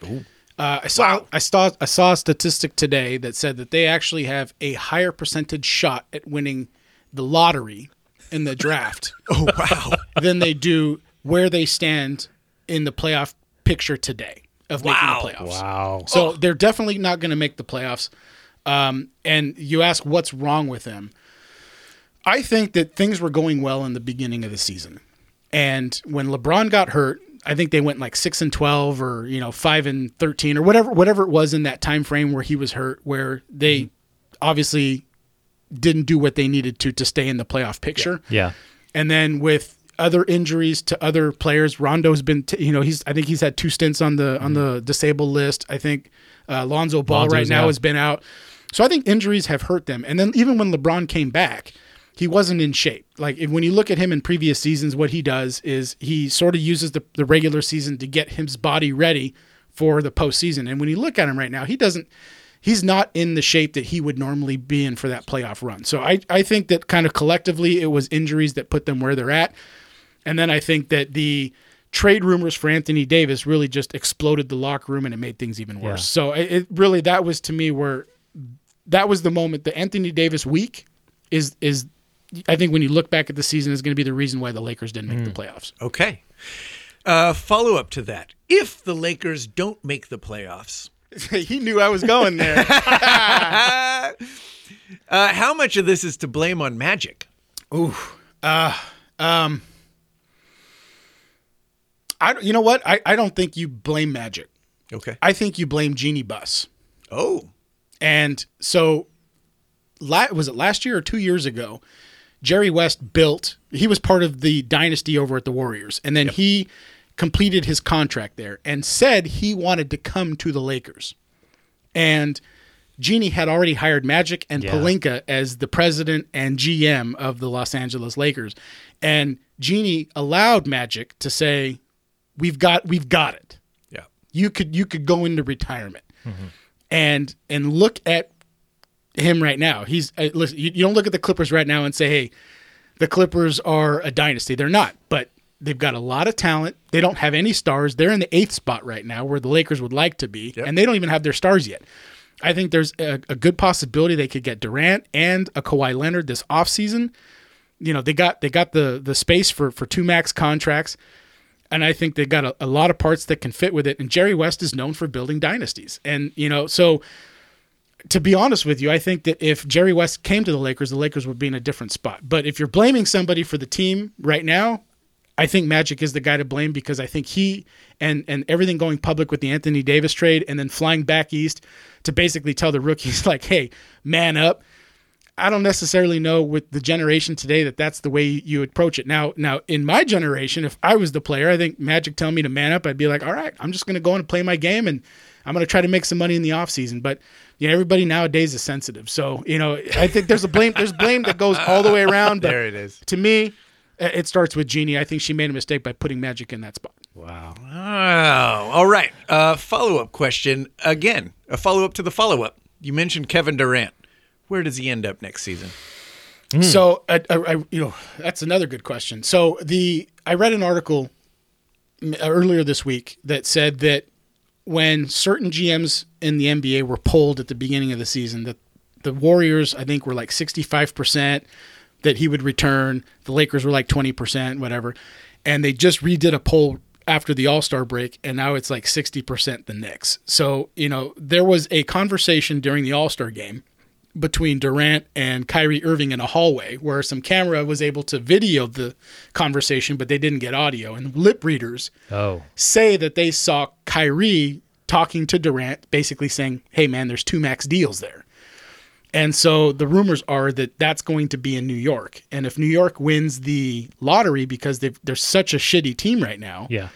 Speaker 3: Uh, I saw I saw I saw a statistic today that said that they actually have a higher percentage shot at winning the lottery in the draft
Speaker 1: oh, wow.
Speaker 3: than they do where they stand in the playoff picture today of
Speaker 1: Wow.
Speaker 3: making the playoffs.
Speaker 2: Wow.
Speaker 3: So they're definitely not going to make the playoffs. Um, and you ask what's wrong with them. I think that things were going well in the beginning of the season, and when LeBron got hurt, I think they went like six and twelve, or you know five and thirteen, or whatever whatever it was in that time frame where he was hurt, where
Speaker 2: Mm-hmm.
Speaker 3: they obviously didn't do what they needed to to stay in the playoff picture.
Speaker 2: Yeah.
Speaker 3: And then with other injuries to other players, Rondo's been, t- you know, he's I think he's had two stints on the on
Speaker 2: Mm-hmm.
Speaker 3: the disabled list. I think uh, Lonzo Ball right
Speaker 2: Lonzo's
Speaker 3: now
Speaker 2: out.
Speaker 3: has been out, so I think injuries have hurt them. And then even when LeBron came back, he wasn't in shape. Like if, when you look at him in previous seasons, what he does is he sort of uses the, the regular season to get his body ready for the postseason. And when you look at him right now, he doesn't. He's not in the shape that he would normally be in for that playoff run. So I, I think that kind of collectively it was injuries that put them where they're at. And then I think that the trade rumors for Anthony Davis really just exploded the locker room and it made things even worse. So it, it really that was to me where that was the moment the Anthony Davis week is is I think when you look back at the season is going to be the reason why the Lakers didn't make the playoffs.
Speaker 1: Okay. Uh, follow up to that. If the Lakers don't make the playoffs,
Speaker 3: he knew I was going there.
Speaker 1: uh, how much of this is to blame on Magic?
Speaker 3: I don't- you know what? I, I don't think you blame Magic.
Speaker 1: Okay.
Speaker 3: I think you blame Genie Bus.
Speaker 1: Oh,
Speaker 3: And so, la- was it last year or two years ago? Jerry West built. He was part of the dynasty over at the Warriors, and then he completed his contract there and said he wanted to come to the Lakers. And Genie had already hired Magic and Palinka as the president and GM of the Los Angeles Lakers, and Genie allowed Magic to say, "We've got, we've got it."
Speaker 1: yeah.
Speaker 3: you could you could go into retirement and and look at him right now he's uh, listen you, you don't look at the clippers right now and say hey the clippers are a dynasty they're not but they've got a lot of talent they don't have any stars they're in the eighth spot right now where the lakers would like to be and they don't even have their stars yet i think there's a, a good possibility they could get durant and a Kawhi leonard this offseason you know they got they got the the space for for two max contracts and I think they got a, a lot of parts that can fit with it. And Jerry West is known for building dynasties, and you know, so to be honest with you, I think that if Jerry West came to the Lakers, the Lakers would be in a different spot. But if you're blaming somebody for the team right now, I think Magic is the guy to blame because I think he and and everything going public with the Anthony Davis trade and then flying back east to basically tell the rookies like, "Hey, man up." I don't necessarily know with the generation today that that's the way you approach it. Now, now in my generation, if I was the player, I think Magic telling me to man up, I'd be like, all right, I'm just going to go and play my game and I'm going to try to make some money in the offseason. But you know, everybody nowadays is sensitive. So, you know, I think there's a blame, there's blame that goes all the way around. But
Speaker 1: There it is.
Speaker 3: To me, uh, it starts with Genie. I think she made a mistake by putting Magic in that spot.
Speaker 1: Oh, all right. Uh, follow up question again. A follow up to the follow up. You mentioned Kevin Durant. Where does he end up next season?
Speaker 3: So, I, I, I- you know, that's another good question. So, the I read an article m- uh, earlier this week that said that when certain GMs in the NBA were polled at the beginning of the season, that the Warriors, I think, were like 65% that he would return. The Lakers were like 20%, whatever. And they just redid a poll after the All Star break, and now it's like 60% the Knicks. So, you know, there was a conversation during the All Star game between Durant and Kyrie Irving in a hallway where some camera was able to video the conversation, but they didn't get audio. And lip readers
Speaker 2: Oh.
Speaker 3: say that they saw Kyrie talking to Durant, basically saying, Hey, man, there's two max deals there. And so the rumors are that that's going to be in New York. And if New York wins the lottery because they've, they're such a shitty team right now,
Speaker 2: Yeah.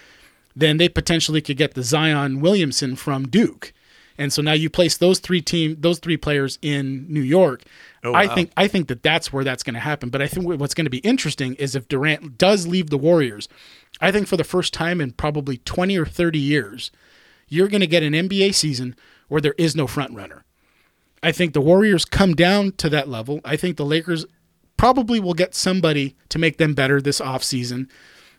Speaker 3: then they potentially could get the Zion Williamson from Duke. And so now you place those three team those three players in New York. I
Speaker 1: wow.
Speaker 3: think I think that that's where that's going to happen. But I think what's going to be interesting is if Durant does leave the Warriors. I think for the first time in probably 20 or 30 years, you're going to get an NBA season where there is no front runner. I think the Warriors come down to that level. I think the Lakers probably will get somebody to make them better this offseason.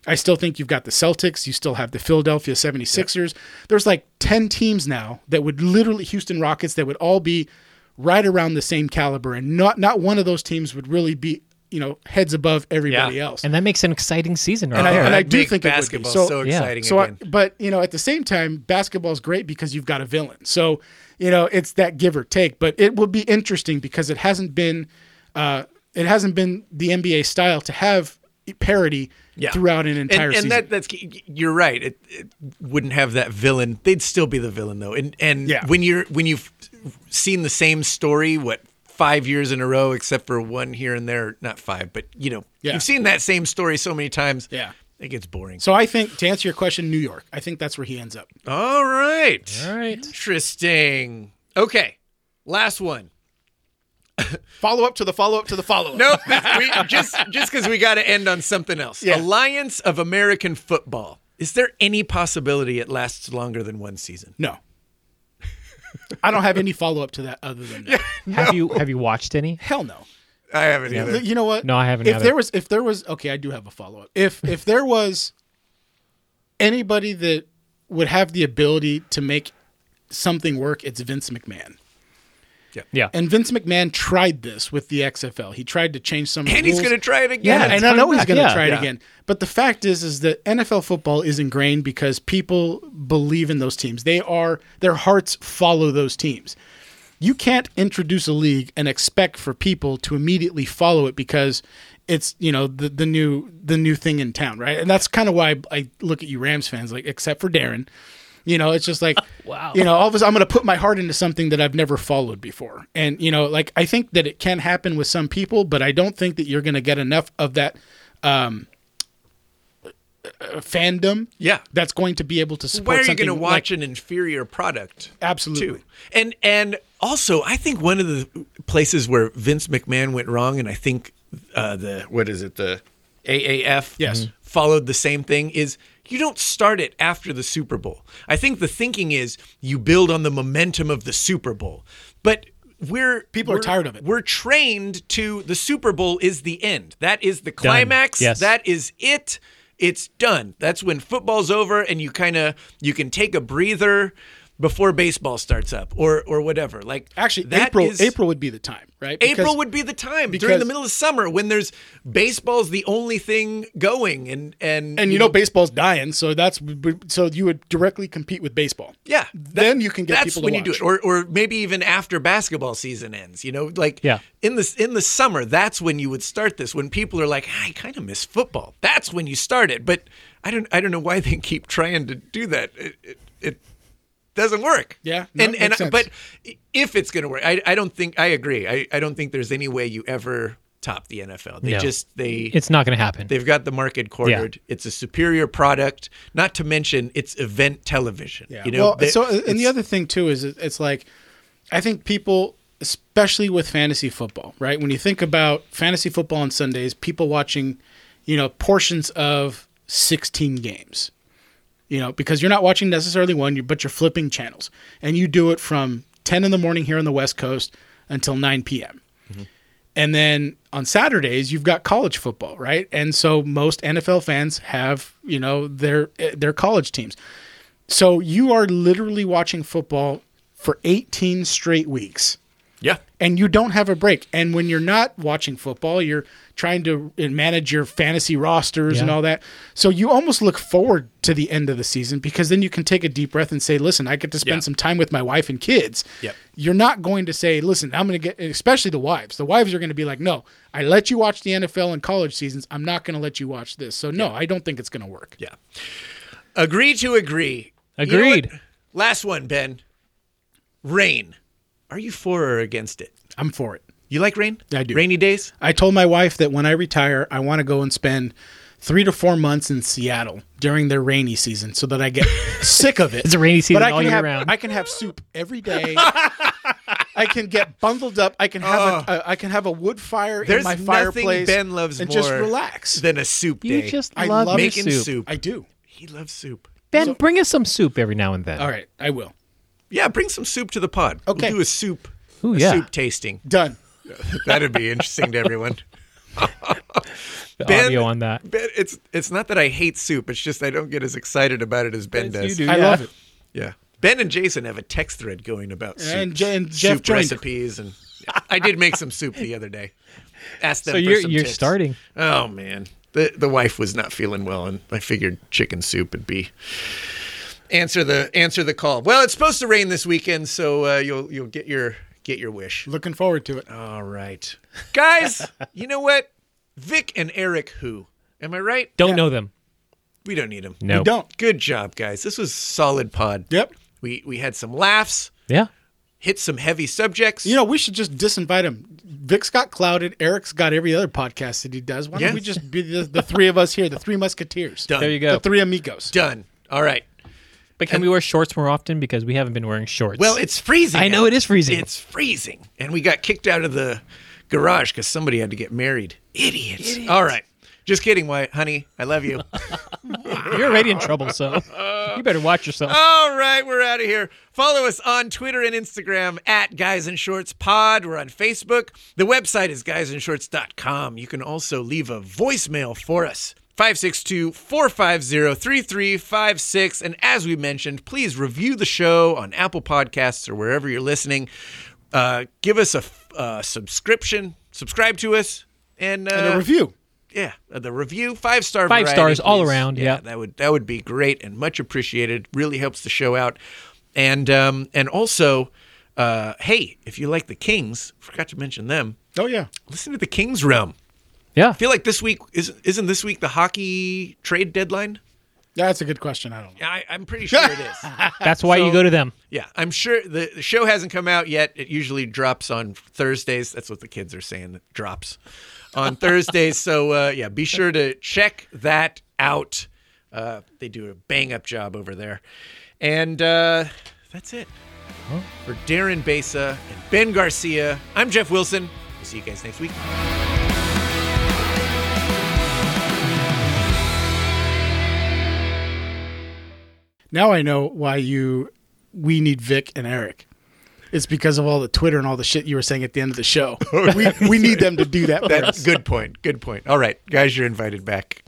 Speaker 3: I still think you've got the Celtics, you still have the Philadelphia 76ers. There's like 10 teams now that would literally Houston Rockets that would all be right around the same caliber and not not one of those teams would really be, you know, heads above everybody
Speaker 1: Yeah.
Speaker 3: else.
Speaker 2: And that makes an exciting season right
Speaker 3: I-
Speaker 2: there.
Speaker 3: and I
Speaker 1: That
Speaker 3: do
Speaker 1: makes
Speaker 3: think it would be.
Speaker 1: basketball
Speaker 3: So-
Speaker 1: so
Speaker 2: Yeah.
Speaker 1: exciting
Speaker 3: So, I,
Speaker 1: again.
Speaker 3: but you know, at the same time, basketball is great because you've got a villain. So you know, it's that give or take. But it will be interesting because it hasn't been, uh, it hasn't been the NBA style to have parity
Speaker 1: Yeah.
Speaker 3: throughout an
Speaker 1: and,
Speaker 3: entire
Speaker 1: and
Speaker 3: season.
Speaker 1: that that's you're right. It, it wouldn't have that villain. They'd still be the villain though. And and
Speaker 3: Yeah.
Speaker 1: when you're when you've seen the same story, what five years in a row, except for one here and there. Not five, but you know,
Speaker 3: Yeah.
Speaker 1: you've seen that same story so many times.
Speaker 3: Yeah.
Speaker 1: it gets boring.
Speaker 3: so I think to answer your question, New York. I think that's where he ends up.
Speaker 1: All right,
Speaker 2: All right.
Speaker 1: interesting. Okay, last one.
Speaker 3: Follow up to the follow up to the follow up.
Speaker 1: No, we, just just because we got to end on something else.
Speaker 3: Yeah.
Speaker 1: Alliance of American Football. Is there any possibility it lasts longer than one season?
Speaker 3: no. I don't have any follow up to that other than that.
Speaker 2: Have you have you watched any?
Speaker 3: Hell no.
Speaker 1: I haven't either.
Speaker 3: Th- You know what?
Speaker 2: No, I haven't
Speaker 3: If
Speaker 2: either.
Speaker 3: there was, if there was, okay, I do have a follow up. If if there was anybody that would have the ability to make something work, it's Vince McMahon.
Speaker 2: Yeah.
Speaker 3: And Vince McMahon tried this with the XFL. He tried to change some. of the
Speaker 1: And he's
Speaker 3: rules.
Speaker 1: going to try it
Speaker 3: Yeah,
Speaker 1: again.
Speaker 3: and I know he's
Speaker 2: back.
Speaker 3: going to
Speaker 2: Yeah.
Speaker 3: try it
Speaker 1: Yeah.
Speaker 3: again. But the fact is, is that NFL football is ingrained because people believe in those teams. They are their hearts follow those teams. You can't introduce a league and expect for people to immediately follow it because it's you know the the new the new thing in town, right? And that's kind of why I, I look at you Rams fans like, except for Darren. You know, it's just like,
Speaker 2: Wow.
Speaker 3: You know, all of a sudden I'm going to put my heart into something that I've never followed before, and you know, like I think that it can happen with some people, but I don't think that you're going to get enough of that um, uh, fandom.
Speaker 1: Yeah.
Speaker 3: that's going to be able to support.
Speaker 1: Why are you
Speaker 3: something
Speaker 1: going to
Speaker 3: like-
Speaker 1: watch an inferior product?
Speaker 3: Absolutely.
Speaker 1: Too. And and also, I think one of the places where Vince McMahon went wrong, and I think uh, the what is it the AAF
Speaker 3: Yes. Mhm.
Speaker 1: followed the same thing is. You don't start it after the Super Bowl. I think the thinking is you build on the momentum of the Super Bowl. But we're
Speaker 3: People are
Speaker 1: we're-
Speaker 3: tired of it.
Speaker 1: We're trained to the Super Bowl is the end. That is the climax.
Speaker 2: Yes.
Speaker 1: That is it. It's done. That's when football's over and you kind of you can take a breather before baseball starts up or or whatever. Like
Speaker 3: Actually,
Speaker 1: that
Speaker 3: April
Speaker 1: is-
Speaker 3: April would be the time, right?
Speaker 1: April
Speaker 3: Because-
Speaker 1: would be the time during
Speaker 3: because-
Speaker 1: the middle of summer when there's baseball's the only thing going and and
Speaker 3: and you know baseball's dying, so that's so you would directly compete with baseball.
Speaker 1: yeah,
Speaker 3: Then you can get
Speaker 1: that's
Speaker 3: people to
Speaker 1: when you do
Speaker 3: watch.
Speaker 1: it, or or maybe even after basketball season ends. You know, like
Speaker 2: Yeah.
Speaker 1: in the in the summer, that's when you would start this. When people are like, "Ah, I kind of miss football. That's when you start it. But I don't I don't know why they keep trying to do that. It it, it doesn't work.
Speaker 3: Yeah, no,
Speaker 1: and and
Speaker 3: makes sense.
Speaker 1: but if it's gonna work, I I don't think I agree. I I don't think there's any way you ever top the NFL. They
Speaker 2: No.
Speaker 1: just they
Speaker 2: It's not going to happen.
Speaker 1: They've got the market cornered. It's a superior product, not to mention it's event television. You know,
Speaker 3: well,
Speaker 1: they-
Speaker 3: so uh, and
Speaker 1: it's-
Speaker 3: the other thing too is it- it's like I think people, especially with fantasy football, right? When you think about fantasy football on Sundays, people watching, you know, portions of sixteen games. You know, because you're not watching necessarily one, you- but you're flipping channels, and you do it from 10 in the morning here on the West Coast until 9 p.m. And then on Saturdays, you've got college football, right? And so most NFL fans have, you know, their their college teams. So you are literally watching football for 18 straight weeks.
Speaker 1: Yeah.
Speaker 3: and you don't have a break. And when you're not watching football, you're trying to uh, manage your fantasy rosters and
Speaker 2: Yeah.
Speaker 3: all that. So you almost look forward to the end of the season because then you can take a deep breath and say, "Listen, I get to spend
Speaker 1: Yeah.
Speaker 3: some time with my wife and kids."
Speaker 1: Yep.
Speaker 3: You're not going to say, "Listen, I'm going to get," especially the wives. The wives are going to be like, "No, I let you watch the NFL and college seasons. I'm not going to let you watch this." So no, I don't think it's going to work.
Speaker 1: Yeah. Agree to agree. You know what?
Speaker 2: Agreed.
Speaker 1: Last one, Ben. Rain. Are you for or against it?
Speaker 3: I'm for it.
Speaker 1: You like rain?
Speaker 3: I do.
Speaker 1: Rainy days?
Speaker 3: I told my wife that when I retire, I want to go and spend three to four months in Seattle during their rainy season so that I get sick of it.
Speaker 2: It's a rainy season
Speaker 3: I
Speaker 2: all
Speaker 3: can
Speaker 2: year
Speaker 3: have,
Speaker 2: round.
Speaker 3: I can have soup every day. I can get bundled up. I can have a, a I can have a wood fire
Speaker 1: There's
Speaker 3: in my
Speaker 1: nothing
Speaker 3: fireplace.
Speaker 1: Ben loves
Speaker 3: and
Speaker 1: more
Speaker 3: just relax.
Speaker 1: Then a soup day.
Speaker 2: You just
Speaker 3: I
Speaker 2: love,
Speaker 3: love
Speaker 2: your
Speaker 1: making
Speaker 2: soup.
Speaker 1: soup.
Speaker 3: I do.
Speaker 1: He loves soup.
Speaker 2: Ben, bring us some soup every now and then.
Speaker 1: Uh,
Speaker 3: All right, I will.
Speaker 1: Yeah, bring some soup to the pod. We'll
Speaker 3: Okay.
Speaker 1: do a soup.
Speaker 2: Ooh,
Speaker 1: a
Speaker 2: yeah.
Speaker 1: Soup tasting.
Speaker 3: Done.
Speaker 1: That'd be interesting to everyone.
Speaker 2: The
Speaker 1: Ben-
Speaker 2: audio on that.
Speaker 1: Ben, it's it's not that I hate soup. It's just I don't get as excited about it as Ben
Speaker 2: Yes,
Speaker 1: does.
Speaker 2: you do.
Speaker 3: I
Speaker 2: Yeah.
Speaker 3: love it.
Speaker 1: Yeah. Ben and Jason have a text thread going about soup,
Speaker 3: And Je- and Jeff
Speaker 1: soup
Speaker 3: joined.
Speaker 1: recipes, and I did make some soup the other day. Asked them.
Speaker 2: So
Speaker 1: for
Speaker 2: you're
Speaker 1: some
Speaker 2: you're
Speaker 1: tips.
Speaker 2: starting.
Speaker 1: Oh man, the the wife was not feeling well, and I figured chicken soup would be answer the answer the call. Well, it's supposed to rain this weekend, so uh, you'll you'll get your get your wish.
Speaker 3: Looking forward to it.
Speaker 1: All right, guys. you know what? Vic and Eric, who am I right?
Speaker 2: Don't know them.
Speaker 1: We don't need them.
Speaker 2: No.
Speaker 3: You don't.
Speaker 1: Good job, guys. This was solid pod.
Speaker 3: Yep.
Speaker 1: We we had some laughs
Speaker 2: Yeah.
Speaker 1: hit some heavy subjects.
Speaker 3: You know, we should just disinvite him. Vic's got clouded. Eric's got every other podcast that he does. Why
Speaker 1: Yeah.
Speaker 3: don't we just be the, the three of us here, the three musketeers?
Speaker 1: done.
Speaker 2: There you
Speaker 3: The
Speaker 2: go.
Speaker 3: three amigos.
Speaker 1: Done. All right.
Speaker 2: But can we wear shorts more often because we haven't been wearing shorts?
Speaker 1: Well, it's freezing.
Speaker 2: I know
Speaker 1: out.
Speaker 2: it is freezing.
Speaker 1: It's freezing, and we got kicked out of the garage because somebody had to get married. Idiots. All right. Just kidding, Wyatt. Honey, I love you.
Speaker 2: you're already in trouble, so you better watch yourself.
Speaker 1: All right, we're out of here. Follow us on Twitter and Instagram at Guys in Shorts Pod. We're on Facebook. The website is guysinshorts.com. You can also leave a voicemail for us. 562 450 3356. And as we mentioned, please review the show on Apple Podcasts or wherever you're listening. Uh, give us a f- uh, subscription, subscribe to us, and, uh,
Speaker 3: and a review.
Speaker 1: yeah, uh, the review five star
Speaker 2: Five
Speaker 1: variety,
Speaker 2: stars all
Speaker 1: please.
Speaker 2: around, yeah.
Speaker 1: that would that would be great and much appreciated. Really helps the show out, and um and also, uh, hey, if you like the Kings, forgot to mention them.
Speaker 3: Oh yeah.
Speaker 1: Listen to the Kings Realm.
Speaker 2: Yeah.
Speaker 1: I feel like this week isn't isn't this week the hockey trade deadline?
Speaker 3: That's a good question. I don't know.
Speaker 1: I, I'm pretty sure it is.
Speaker 2: That's why you go to them.
Speaker 1: Yeah, I'm sure the, the show hasn't come out yet. It usually drops on Thursdays. That's what the kids are saying. It drops on Thursdays. So uh, yeah, be sure to check that out. Uh, they do a bang up job over there, and uh, that's it for Darren Besa and Ben Garcia. I'm Jeff Wilson. We'll see you guys next week.
Speaker 3: Now I know why you we need Vic and Eric. It's because of all the Twitter and all the shit you were saying at the end of the show.
Speaker 1: Oh,
Speaker 3: we, we need them to do that. for us.
Speaker 1: Good point. Good point. All right, guys, you're invited back.